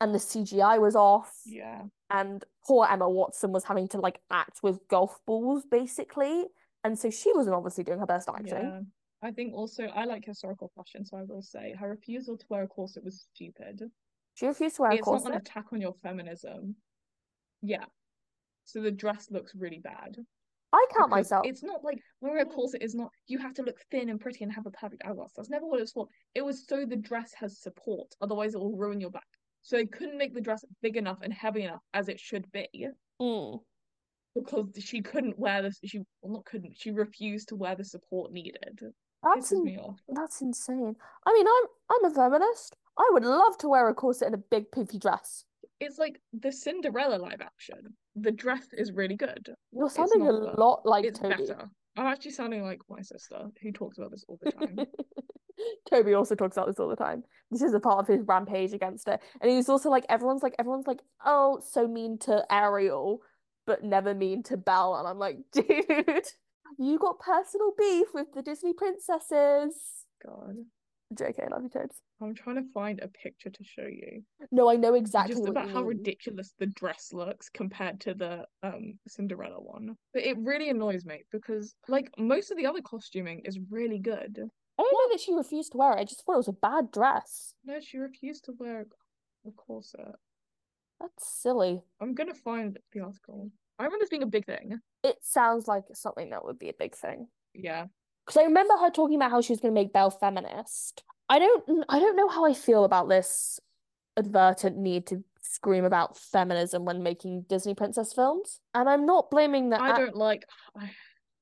A: And the CGI was off,
B: Yeah.
A: and poor Emma Watson was having to like act with golf balls basically, and so she wasn't obviously doing her best acting.
B: Yeah. I think also I like historical fashion, so I will say her refusal to wear a corset was stupid.
A: She refused to wear a
B: It's not an
A: corset.
B: attack on your feminism. Yeah. So the dress looks really bad
A: I count
B: because
A: myself.
B: it's not like wearing a corset is not you have to look thin and pretty and have a perfect hourglass. That's never what it's for. It was so the dress has support, otherwise it will ruin your back. So they couldn't make the dress big enough and heavy enough as it should be
A: Mm.
B: because she couldn't wear this. She well, not couldn't. She refused to wear the support needed.
A: That's
B: Pisses
A: in
B: me off.
A: that's insane. I mean, I'm I'm a feminist. I would love to wear a corset and a big poofy dress.
B: It's like the Cinderella live action. The dress is really good.
A: You're
B: It's
A: sounding a
B: not that.
A: lot like
B: It's
A: Toby.
B: better. I'm actually sounding like my sister who talks about this all the time.
A: Toby also talks about this all the time. This is a part of his rampage against it. And he's also like, everyone's like, everyone's like, oh, so mean to Ariel, but never mean to Belle. And I'm like, dude, you got personal beef with the Disney princesses.
B: God.
A: JK, I love you, Tobes.
B: I'm trying to find a picture to show you.
A: No, I know exactly
B: Just
A: what
B: about
A: you
B: how
A: mean.
B: ridiculous the dress looks compared to the um Cinderella one. But it really annoys me because like most of the other costuming is really good.
A: I don't
B: oh!
A: know that she refused to wear it. I just thought it was a bad dress.
B: No, she refused to wear a corset.
A: That's silly.
B: I'm gonna find the article. I remember this being a big thing.
A: It sounds like something that would be a big thing.
B: Yeah.
A: Because I remember her talking about how she was going to make Belle feminist. I don't, I don't know how I feel about this advertent need to scream about feminism when making Disney princess films. And I'm not blaming the
B: I
A: act
B: don't like I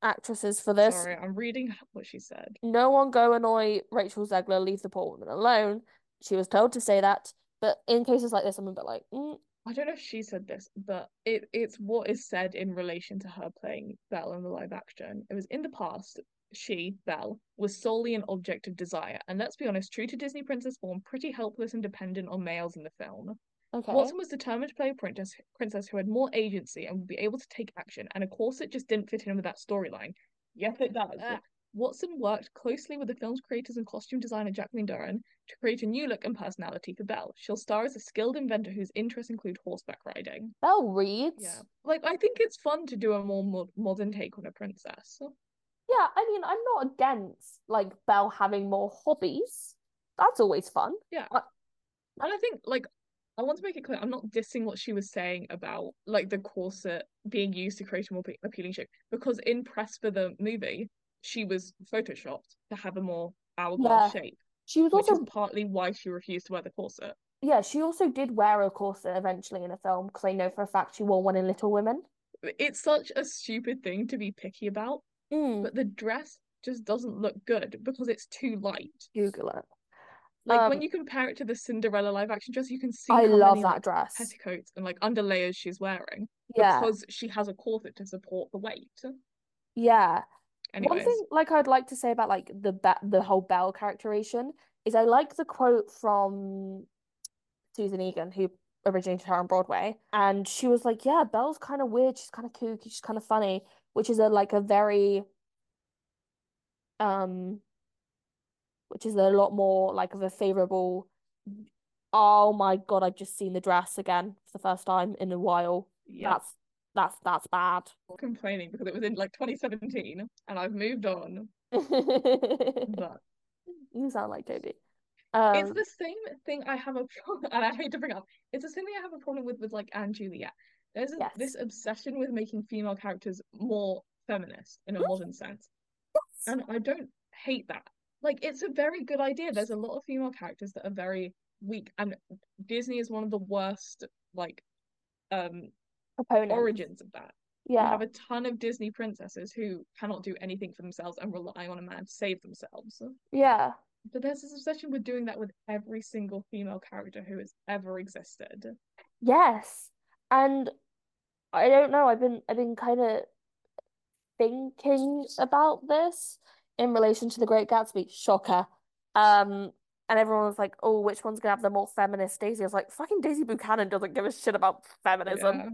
A: actresses for this.
B: Sorry, I'm reading what she said.
A: No one go annoy Rachel Zegler, leave the poor woman alone. She was told to say that, but in cases like this, I'm a bit like, mm,
B: I don't know if she said this, but it, it's what is said in relation to her playing Belle in the live action. It was in the past, she, Belle, was solely an object of desire, and let's be honest, true to Disney princess form, pretty helpless and dependent on males in the film.
A: okay.
B: Watson was determined to play a princess, princess who had more agency and would be able to take action, and of course, it just didn't fit in with that storyline. Yes, it does.
A: Ah.
B: Watson worked closely with the film's creators and costume designer Jacqueline Duran to create a new look and personality for Belle. She'll star as a skilled inventor whose interests include horseback riding.
A: Belle reads.
B: Yeah, like I think it's fun to do a more mod- modern take on a princess.
A: Yeah, I mean, I'm not against like Belle having more hobbies. That's always fun.
B: And I think, like, I want to make it clear, I'm not dissing what she was saying about like the corset being used to create a more pe- appealing shape, because in press for the movie, she was photoshopped to have a more hourglass
A: Yeah.
B: shape,
A: She was
B: which
A: also
B: is partly why she refused to wear the corset.
A: yeah, she also did wear a corset eventually in a film because I know for a fact she wore one in Little Women.
B: It's such a stupid thing to be picky about,
A: Mm.
B: but the dress just doesn't look good because it's too light.
A: Google it.
B: Like when
A: Um,
B: you compare it to the Cinderella live action dress, you can see
A: I
B: how
A: love
B: many
A: that
B: like,
A: dress.
B: petticoats and like underlayers she's wearing
A: Yeah,
B: because she has a corset to support the weight.
A: yeah. One
B: Anyways,
A: thing like I'd like to say about like the ba- the whole Belle characterization is I like the quote from Susan Egan who originated her on Broadway and she was like, "Yeah, Belle's kind of weird, she's kind of kooky, she's kind of funny," which is a like a very um which is a lot more like of a favorable oh my God, I've just seen the dress again for the first time in a while.
B: yeah,
A: That's that's that's bad.
B: complaining because it was in like 2017 and I've moved on. But
A: You sound like Toby.
B: it's
A: Um
B: the same thing I have a problem, and I hate to bring up. It's the same thing I have a problem with with like Anne Juliet. There's a,
A: yes.
B: this obsession with making female characters more feminist in a modern sense, and I don't hate that. Like it's a very good idea. There's a lot of female characters that are very weak, and Disney is one of the worst like um
A: Proponents.
B: origins of that. You
A: Yeah.
B: have a ton of Disney princesses who cannot do anything for themselves and relying on a man to save themselves.
A: Yeah.
B: But there's this obsession with doing that with every single female character who has ever existed.
A: Yes. And I don't know, I've been I've been kind of thinking about this in relation to The Great Gatsby. Shocker. Um, and everyone was like, oh, which one's gonna have the more feminist Daisy? I was like, fucking Daisy Buchanan doesn't give a shit about feminism.
B: Yeah.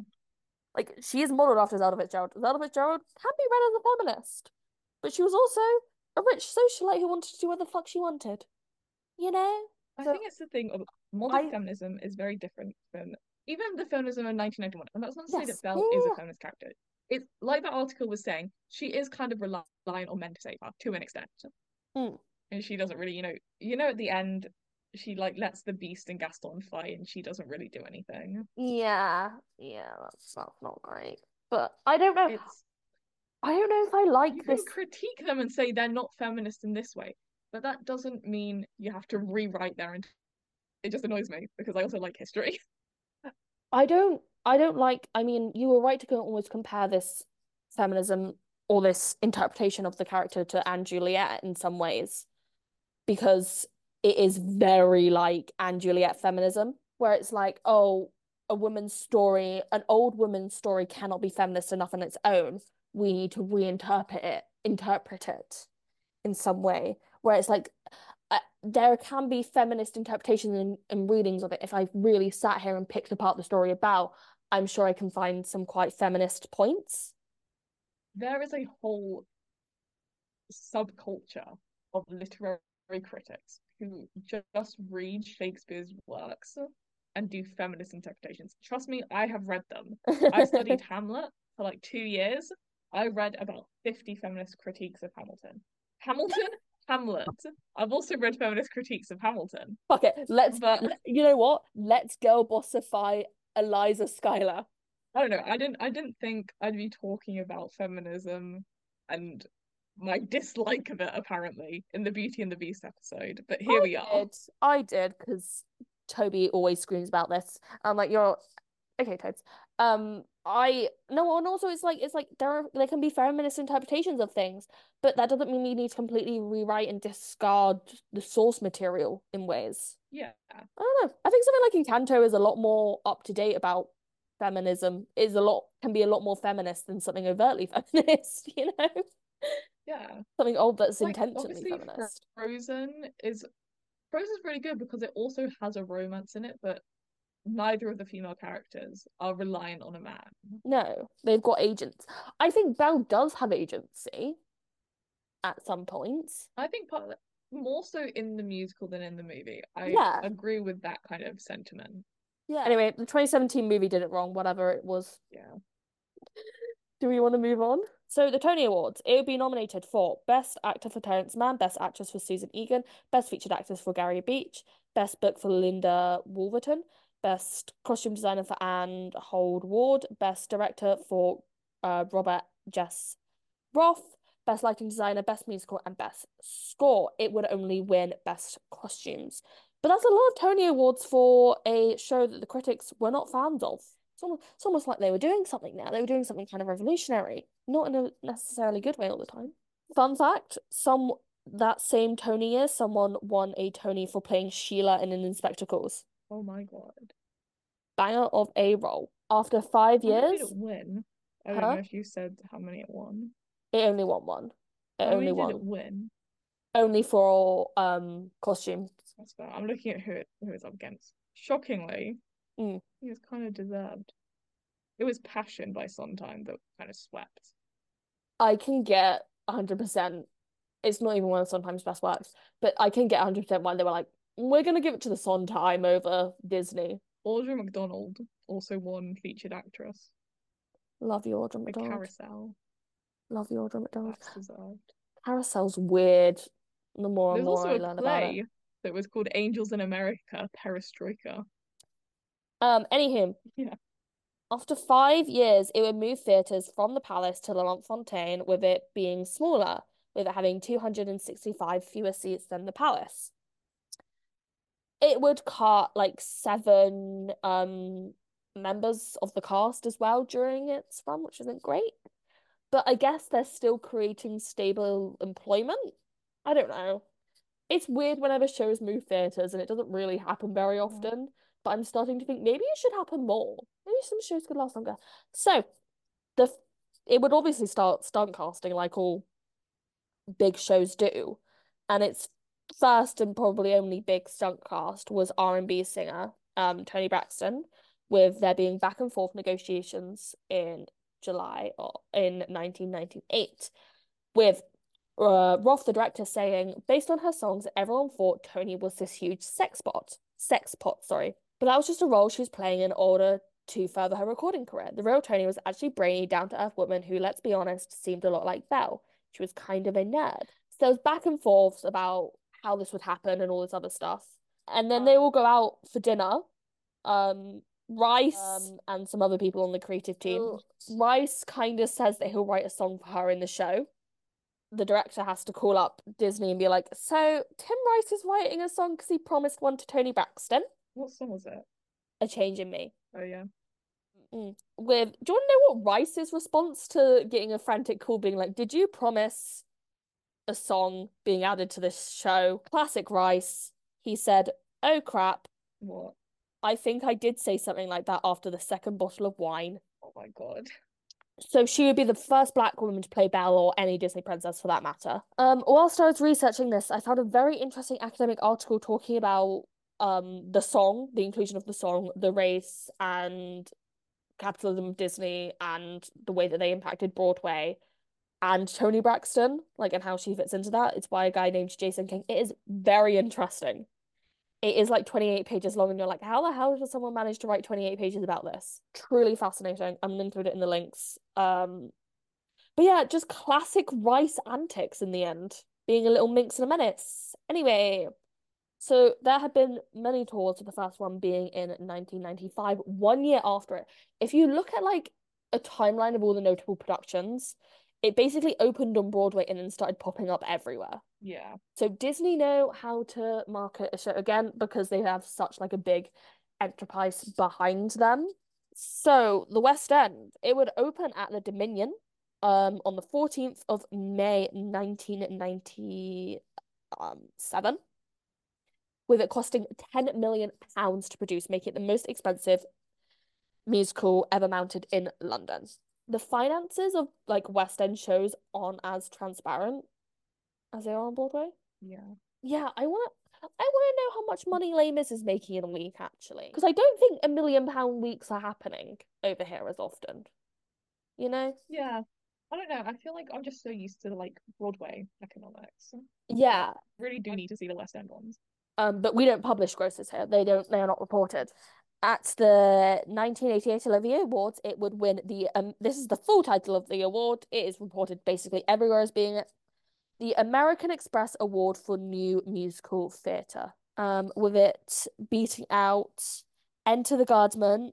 A: Like, she is modeled after Zelda Fitzgerald. Zelda Fitzgerald can be read as a feminist, but she was also a rich socialite who wanted to do what the fuck she wanted, you know?
B: I
A: So
B: think it's the thing of modern
A: I,
B: feminism is very different from even the feminism in 1991. And that's not to say that
A: yes, yeah,
B: Belle is a
A: yeah,
B: feminist character. It's like that article was saying, she is kind of rely- reliant on men to save her to an extent.
A: yeah. Mm.
B: And she doesn't really, you know, you know, at the end, she like lets the beast and Gaston fight and she doesn't really do anything.
A: Yeah, yeah, that's that's not great. But I don't know.
B: It's
A: I don't know if I like
B: you can
A: this.
B: critique them and say they're not feminist in this way, but that doesn't mean you have to rewrite their entire. It just annoys me because I also like history.
A: I don't. I don't like. I mean, you were right to go almost compare this feminism or this interpretation of the character to Anne Juliet in some ways because it is very like Anne Juliet feminism, where it's like, oh, a woman's story, an old woman's story cannot be feminist enough on its own. We need to reinterpret it, interpret it in some way. Where it's like, I, uh, there can be feminist interpretations and, and readings of it. If I really sat here and picked apart the story about, I'm sure I can find some quite feminist points.
B: There is a whole subculture of literary critics who ju- just read Shakespeare's works and do feminist interpretations. Trust me, I have read them. I studied Hamlet for like two years. I read about 50 feminist critiques of Hamilton. Hamilton, Hamlet. I've also read feminist critiques of Hamilton,
A: Fuck it. Let's,
B: but
A: let, you know what? Let's girl bossify Eliza Schuyler.
B: I don't know. I didn't. I didn't think I'd be talking about feminism and my dislike of it apparently in the Beauty and the Beast episode. But here
A: I
B: we are.
A: Oh, did. I did because Toby always screams about this. I'm like, you're okay, Toads. Um, I no, and also it's like it's like there are there can be feminist interpretations of things, but that doesn't mean we need to completely rewrite and discard the source material in ways.
B: Yeah.
A: I don't know. I think something like Encanto is a lot more up to date about feminism. Is a lot can be a lot more feminist than something overtly feminist. You know,
B: Yeah.
A: something old that's
B: Like,
A: intentionally
B: obviously, Fro-
A: feminist.
B: Frozen is Frozen's really good because it also has a romance in it, but neither of the female characters are reliant on a man.
A: No, they've got agents. I think Belle does have agency at some points.
B: I think part of that, more so in the musical than in the movie. I
A: Yeah.
B: agree with that kind of sentiment.
A: Yeah. Anyway, the 2017 movie did it wrong, whatever it was.
B: Yeah.
A: Do we want to move on? So the Tony Awards, it would be nominated for Best Actor for Terrence Mann, Best Actress for Susan Egan, Best Featured Actress for Gary Beach, Best Book for Linda Wolverton, Best Costume Designer for Anne Hold Ward, Best Director for uh, Robert Jess Roth, Best Lighting Designer, Best Musical, and Best Score. It would only win Best Costumes. But that's a lot of Tony Awards for a show that the critics were not fans of. It's almost, it's almost like they were doing something now. They were doing something kind of revolutionary, not in a necessarily good way all the time. Fun fact: some that same Tony year, someone won a Tony for playing Sheila in *In Spectacles*.
B: Oh my god.
A: Banger of a roll. After five
B: How many
A: years,
B: did it win? I don't
A: Huh?
B: know if you said how many it won.
A: it only won one. It
B: How many
A: only
B: did
A: won
B: it win?
A: only for um costume.
B: That's fair. I'm looking at who it who it's up against. Shockingly,
A: Mm.
B: it was kind of deserved. It was Passion by Sondheim that kind of swept.
A: I can get hundred percent. It's not even one of sometimes best works, but I can get hundred percent why they were like, we're gonna give it to the Sondheim over Disney.
B: Audra McDonald also won featured actress.
A: Love you, Audra
B: The
A: McDonald.
B: Carousel.
A: Love you, Audra McDonald.
B: That's deserved.
A: Carousel's weird. The more and
B: There's
A: more I
B: also a
A: learn about it.
B: play that was called Angels in America, Perestroika.
A: Um, anywho,
B: Yeah.
A: after five years, it would move theatres from the Palace to La Fontaine, with it being smaller, with it having 265 fewer seats than the Palace. It would cut like seven um members of the cast as well during its run, which isn't great. But I guess they're still creating stable employment. I don't know. It's weird whenever shows move theatres and it doesn't really happen very
B: Yeah.
A: often, but I'm starting to think maybe it should happen more. Maybe some shows could last longer. So the f- it would obviously start stunt casting like all big shows do, and its first and probably only big stunt cast was R&B singer um Tony Braxton, with there being back and forth negotiations in July or in 1998 with uh, Roth, the director, saying, based on her songs, everyone thought Tony was this huge sex pot, sex pot, sorry. But that was just a role she was playing in order to further her recording career. The real Tony was actually brainy, down to earth woman who, let's be honest, seemed a lot like Belle. She was kind of a nerd. So there was back and forths about how this would happen and all this other stuff. And then they all go out for dinner. Um, Rice um, and some other people on the creative team. Rice kind of says that he'll write a song for her in the show. The director has to call up Disney and be like, "So Tim Rice is writing a song because he promised one to Tony Braxton,
B: What song was it?
A: A Change in Me."
B: Oh yeah.
A: With do you want to know what Rice's response to getting a frantic call being like, "Did you promise a song being added to this show?" Classic Rice. He said, "Oh crap,
B: What?
A: I think I did say something like that after the second bottle of wine."
B: Oh my god.
A: So she would be the first black woman to play Belle or any Disney princess for that matter. Um, whilst I was researching this, I found a very interesting academic article talking about um the song, the inclusion of the song, the race, and capitalism of Disney, and the way that they impacted Broadway, and Tony Braxton, like, and how she fits into that. It's by a guy named Jason King. It is very interesting. It is like 28 pages long, and you're like, how the hell does someone manage to write 28 pages about this? Truly fascinating. I'm gonna include it in the links. Um, but yeah, just classic Rice antics in the end, being a little minx and a menace. Anyway, so there had been many tours, with the first one being in 1995, one year after it. If you look at like a timeline of all the notable productions, it basically opened on Broadway and then started popping up everywhere.
B: Yeah.
A: So Disney know how to market a show again because they have such like a big enterprise behind them. So the West End, it would open at the Dominion um on the 14th of May 1997 with it costing 10 million pounds to produce, making it the most expensive musical ever mounted in London. The finances of like West End shows aren't as transparent as they are on Broadway.
B: Yeah.
A: Yeah, I want I want to know how much money Les Mis is making in a week actually, because I don't think a million pound weeks are happening over here as often. You know?
B: Yeah. I don't know. I feel like I'm just so used to like Broadway economics.
A: Yeah.
B: Really do need to see the West End ones.
A: Um, but we don't publish grosses here. They don't. They are not reported. At the 1988 Olivier Awards, it would win the um. This is the full title of the award. It is reported basically everywhere as being it the American Express Award for New Musical Theatre. Um, with it beating out Enter the Guardsman,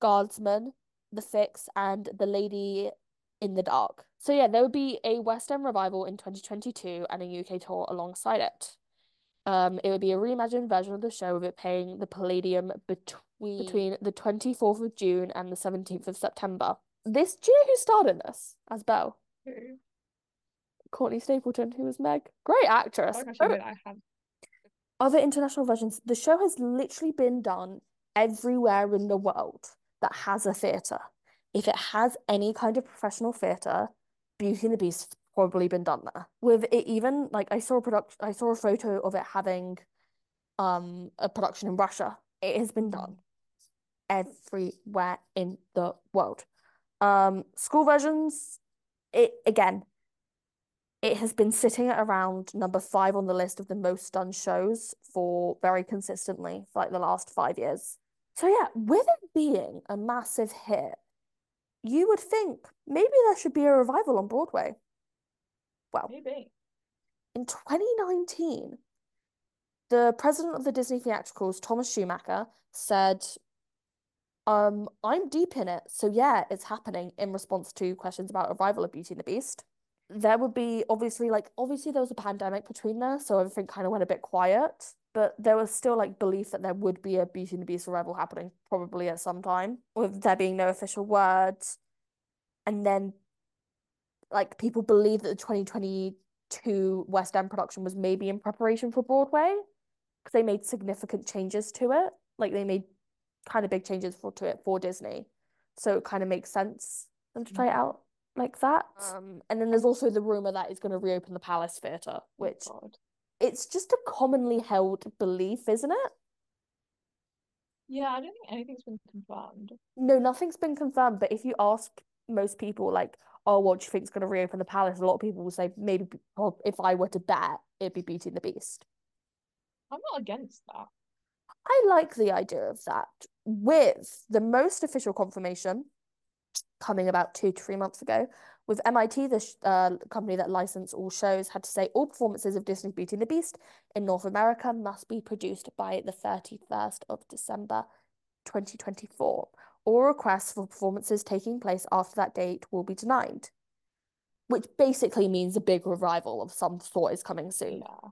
A: Guardsman, The Fix, and The Lady in the Dark. So yeah, there would be a West End revival in 2022 and a UK tour alongside it. Um, it would be a reimagined version of the show with it playing the Palladium between between the 24th of June and the 17th of September. This, do you know who starred in this as Belle?
B: True.
A: Courtney Stapleton, who was Meg. Great actress.
B: Oh my gosh, I
A: Oh,
B: bet I have.
A: Other international versions. The show has literally been done everywhere in the world that has a theatre. If it has any kind of professional theatre, Beauty and the Beast's probably been done there. With it even like I saw a product I saw a photo of it having um a production in Russia. It has been done everywhere in the world. Um, school versions, it again, it has been sitting at around number five on the list of the most done shows for very consistently for like the last five years. So yeah, with it being a massive hit, you would think maybe there should be a revival on Broadway. Well,
B: Maybe. Oh
A: in 2019, the president of the Disney Theatricals, Thomas Schumacher, said, um, I'm deep in it, so yeah, it's happening in response to questions about arrival of Beauty and the Beast. There would be obviously like obviously there was a pandemic between there, so everything kind of went a bit quiet, but there was still like belief that there would be a Beauty and the Beast arrival happening probably at some time, with there being no official words, and then like people believe that the 2020 to West End production was maybe in preparation for Broadway because they made significant changes to it. Like they made kind of big changes for to it for Disney, so it kind of makes sense for them to try it
B: Mhm.
A: out like that. Um, and then there's also the rumor that it's going to reopen the Palace Theatre, which
B: God.
A: it's just a commonly held belief, isn't it?
B: Yeah, I don't think anything's been confirmed.
A: No, nothing's been confirmed, but if you ask most people, like, oh, what do you think's going to reopen the palace? A lot of people will say maybe b- prob- if I were to bet, it'd be Beauty and the Beast.
B: I'm not against that.
A: I like the idea of that. With the most official confirmation coming about two to three months ago, with MIT, the sh- uh, company that licensed all shows, had to say all performances of Disney's Beauty and the Beast in North America must be produced by the 31st of December 2024. All requests for performances taking place after that date will be denied, which basically means a big revival of some sort is coming soon
B: Yeah.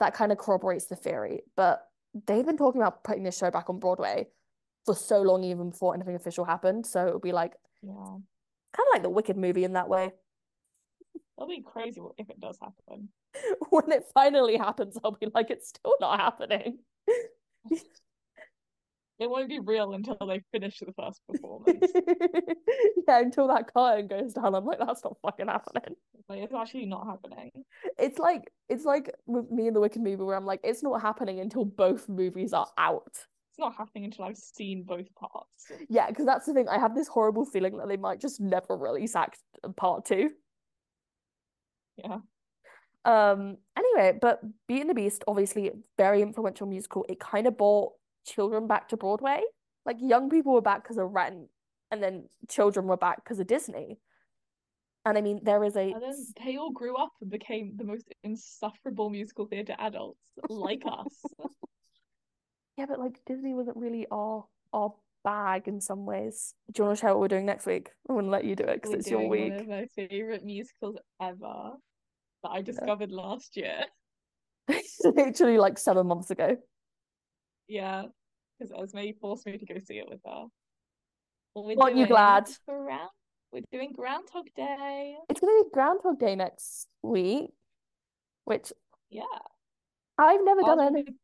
A: that kind of corroborates the theory. But they've been talking about putting this show back on Broadway for so long, even before anything official happened. So it would be like
B: Yeah.
A: kind of like the Wicked movie in that way.
B: That'll be crazy w- if it does happen.
A: when it finally happens, I'll be like, it's still not happening.
B: It won't be real until they finish the first performance.
A: yeah, until that curtain goes down, I'm like, that's not fucking happening.
B: Like it's actually not happening.
A: It's like it's like with me and the Wicked movie where I'm like, it's not happening until both movies are out.
B: It's not happening until I've seen both parts.
A: Yeah, because that's the thing. I have this horrible feeling that they might just never release act part two.
B: Yeah.
A: Um, anyway, but Beauty and the Beast, obviously very influential musical. It kind of brought children back to Broadway. Like young people were back because of Rent, and then children were back because of Disney. And I mean, there is a
B: And then they all grew up and became the most insufferable musical theatre adults, like us.
A: yeah, but like Disney wasn't really our our bag in some ways. Do you want to share what we're doing next week? I'm gonna let you do it because
B: We're
A: it's your
B: doing one
A: week.
B: of my favorite musicals ever that I discovered last year.
A: Literally like seven months ago.
B: Yeah, because Esme forced me to go see it with her. Well, we're
A: Aren't you
B: doing
A: glad?
B: Ground, we're doing Groundhog Day.
A: It's gonna be Groundhog Day next week, which
B: Yeah.
A: I've never
B: ours
A: done
B: will
A: any.
B: be-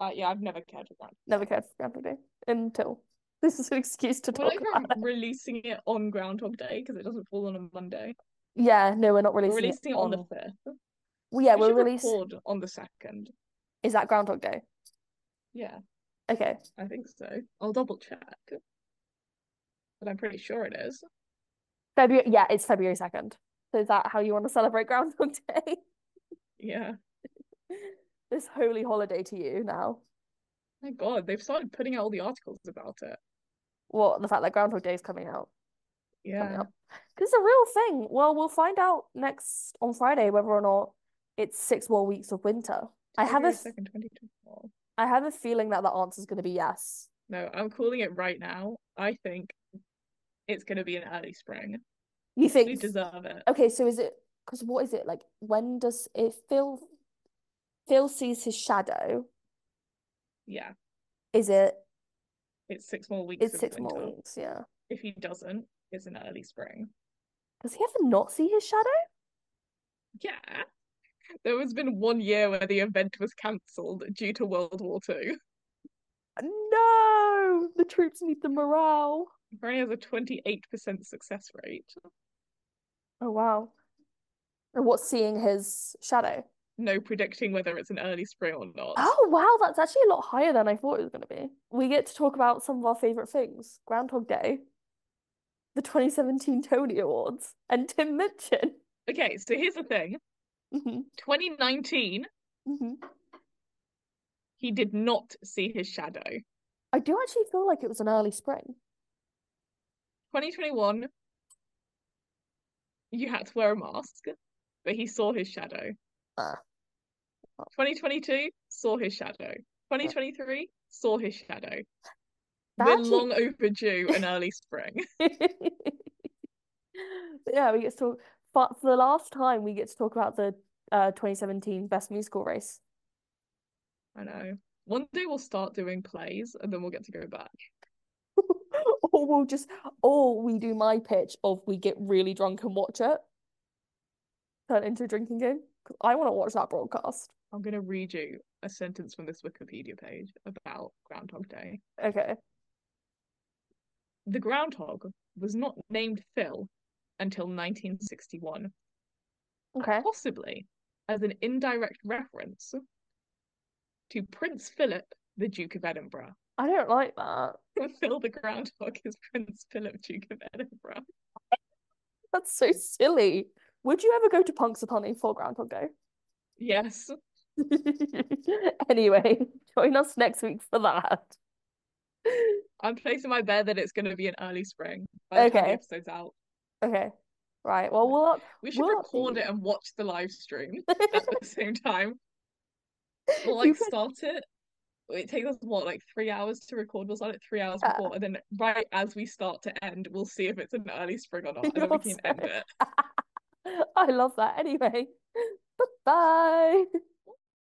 B: Uh, yeah, I've never cared for Groundhog.
A: Never cared for Groundhog Day until this is an excuse to
B: We're
A: talk
B: not
A: about.
B: even releasing it on Groundhog Day because it doesn't fall on a Monday.
A: it. Yeah, no, we're not
B: We're
A: releasing,
B: releasing it on the
A: on.
B: fifth.
A: Well, yeah,
B: we
A: we're
B: should
A: releasing.
B: record on the second.
A: Is that Groundhog Day?
B: Yeah,
A: Okay.
B: I think so. I'll double check, but I'm pretty sure it is.
A: February, yeah, it's February 2nd. So is that how you want to celebrate Groundhog Day?
B: Yeah.
A: This holy holiday to you now.
B: My God, they've started putting out all the articles about it.
A: What, the fact that Groundhog Day is coming out, coming
B: Yeah.
A: up. 'Cause it's a real thing. Well, we'll find out next on Friday whether or not it's six more weeks of winter. I have a
B: February
A: f-
B: second, twenty twenty four.
A: I have a feeling that the answer's going to be yes.
B: No, I'm calling it right now. I think it's gonna be an early spring.
A: You
B: We
A: think
B: deserve it.
A: Okay, so is it because what is it like when does it Phil Phil sees his shadow?
B: Yeah,
A: Is it
B: it's six more weeks
A: it's
B: of
A: six more
B: winter.
A: weeks, yeah.
B: If he doesn't, it's an early spring.
A: Does he ever not see his shadow?
B: Yeah. There has been one year where the event was cancelled due to World War Two.
A: No, the troops need the morale.
B: Apparently has a twenty-eight percent success rate.
A: Oh wow. And what's seeing his shadow?
B: No predicting whether it's an early spring or not.
A: Oh wow, that's actually a lot higher than I thought it was going to be. We get to talk about some of our favorite things: Groundhog Day, the 2017 Tony Awards, and Tim Minchin.
B: Okay, so here's the thing.
A: Mhm,
B: 2019,
A: mhm.
B: he did not see his shadow.
A: I do actually feel like it was an early spring.
B: 2021, you had to wear a mask, but he saw his shadow.
A: Ah.
B: 2022, saw his shadow. 2023, saw his shadow.
A: That
B: We're
A: actually-
B: long overdue an early spring.
A: But yeah, we get to talk. But for the last time, we get to talk about the uh 2017 Best Musical Race.
B: I know. One day we'll start doing plays and then we'll get to go back.
A: Or we'll just, or we do my pitch of we get really drunk and watch it. Turn it into a drinking game. 'Cause I want to watch that broadcast.
B: I'm going to read you a sentence from this Wikipedia page about Groundhog Day.
A: Okay.
B: The groundhog was not named Phil until 1961.
A: Okay.
B: possibly as an indirect reference to Prince Philip, the Duke of Edinburgh.
A: I don't like that.
B: Phil the Groundhog is Prince Philip, Duke of Edinburgh.
A: That's so silly. Would you ever go to Punxsutawney for Groundhog Day?
B: Yes,
A: Anyway, join us next week for that.
B: I'm placing my bet that it's going to be an early spring by the time
A: Okay.
B: the episode's out.
A: Okay. Right. Well, we'll up-
B: We should
A: Will it
B: record
A: be?
B: it and watch the live stream at the same time. We'll
A: You
B: like
A: could-
B: start it. It takes us what, like three hours to record? We'll start it three hours
A: Yeah.
B: before, and then right as we start to end, we'll see if it's an early spring or not, and then we
A: You're
B: can
A: so-
B: end it.
A: I love that. Anyway, bye bye.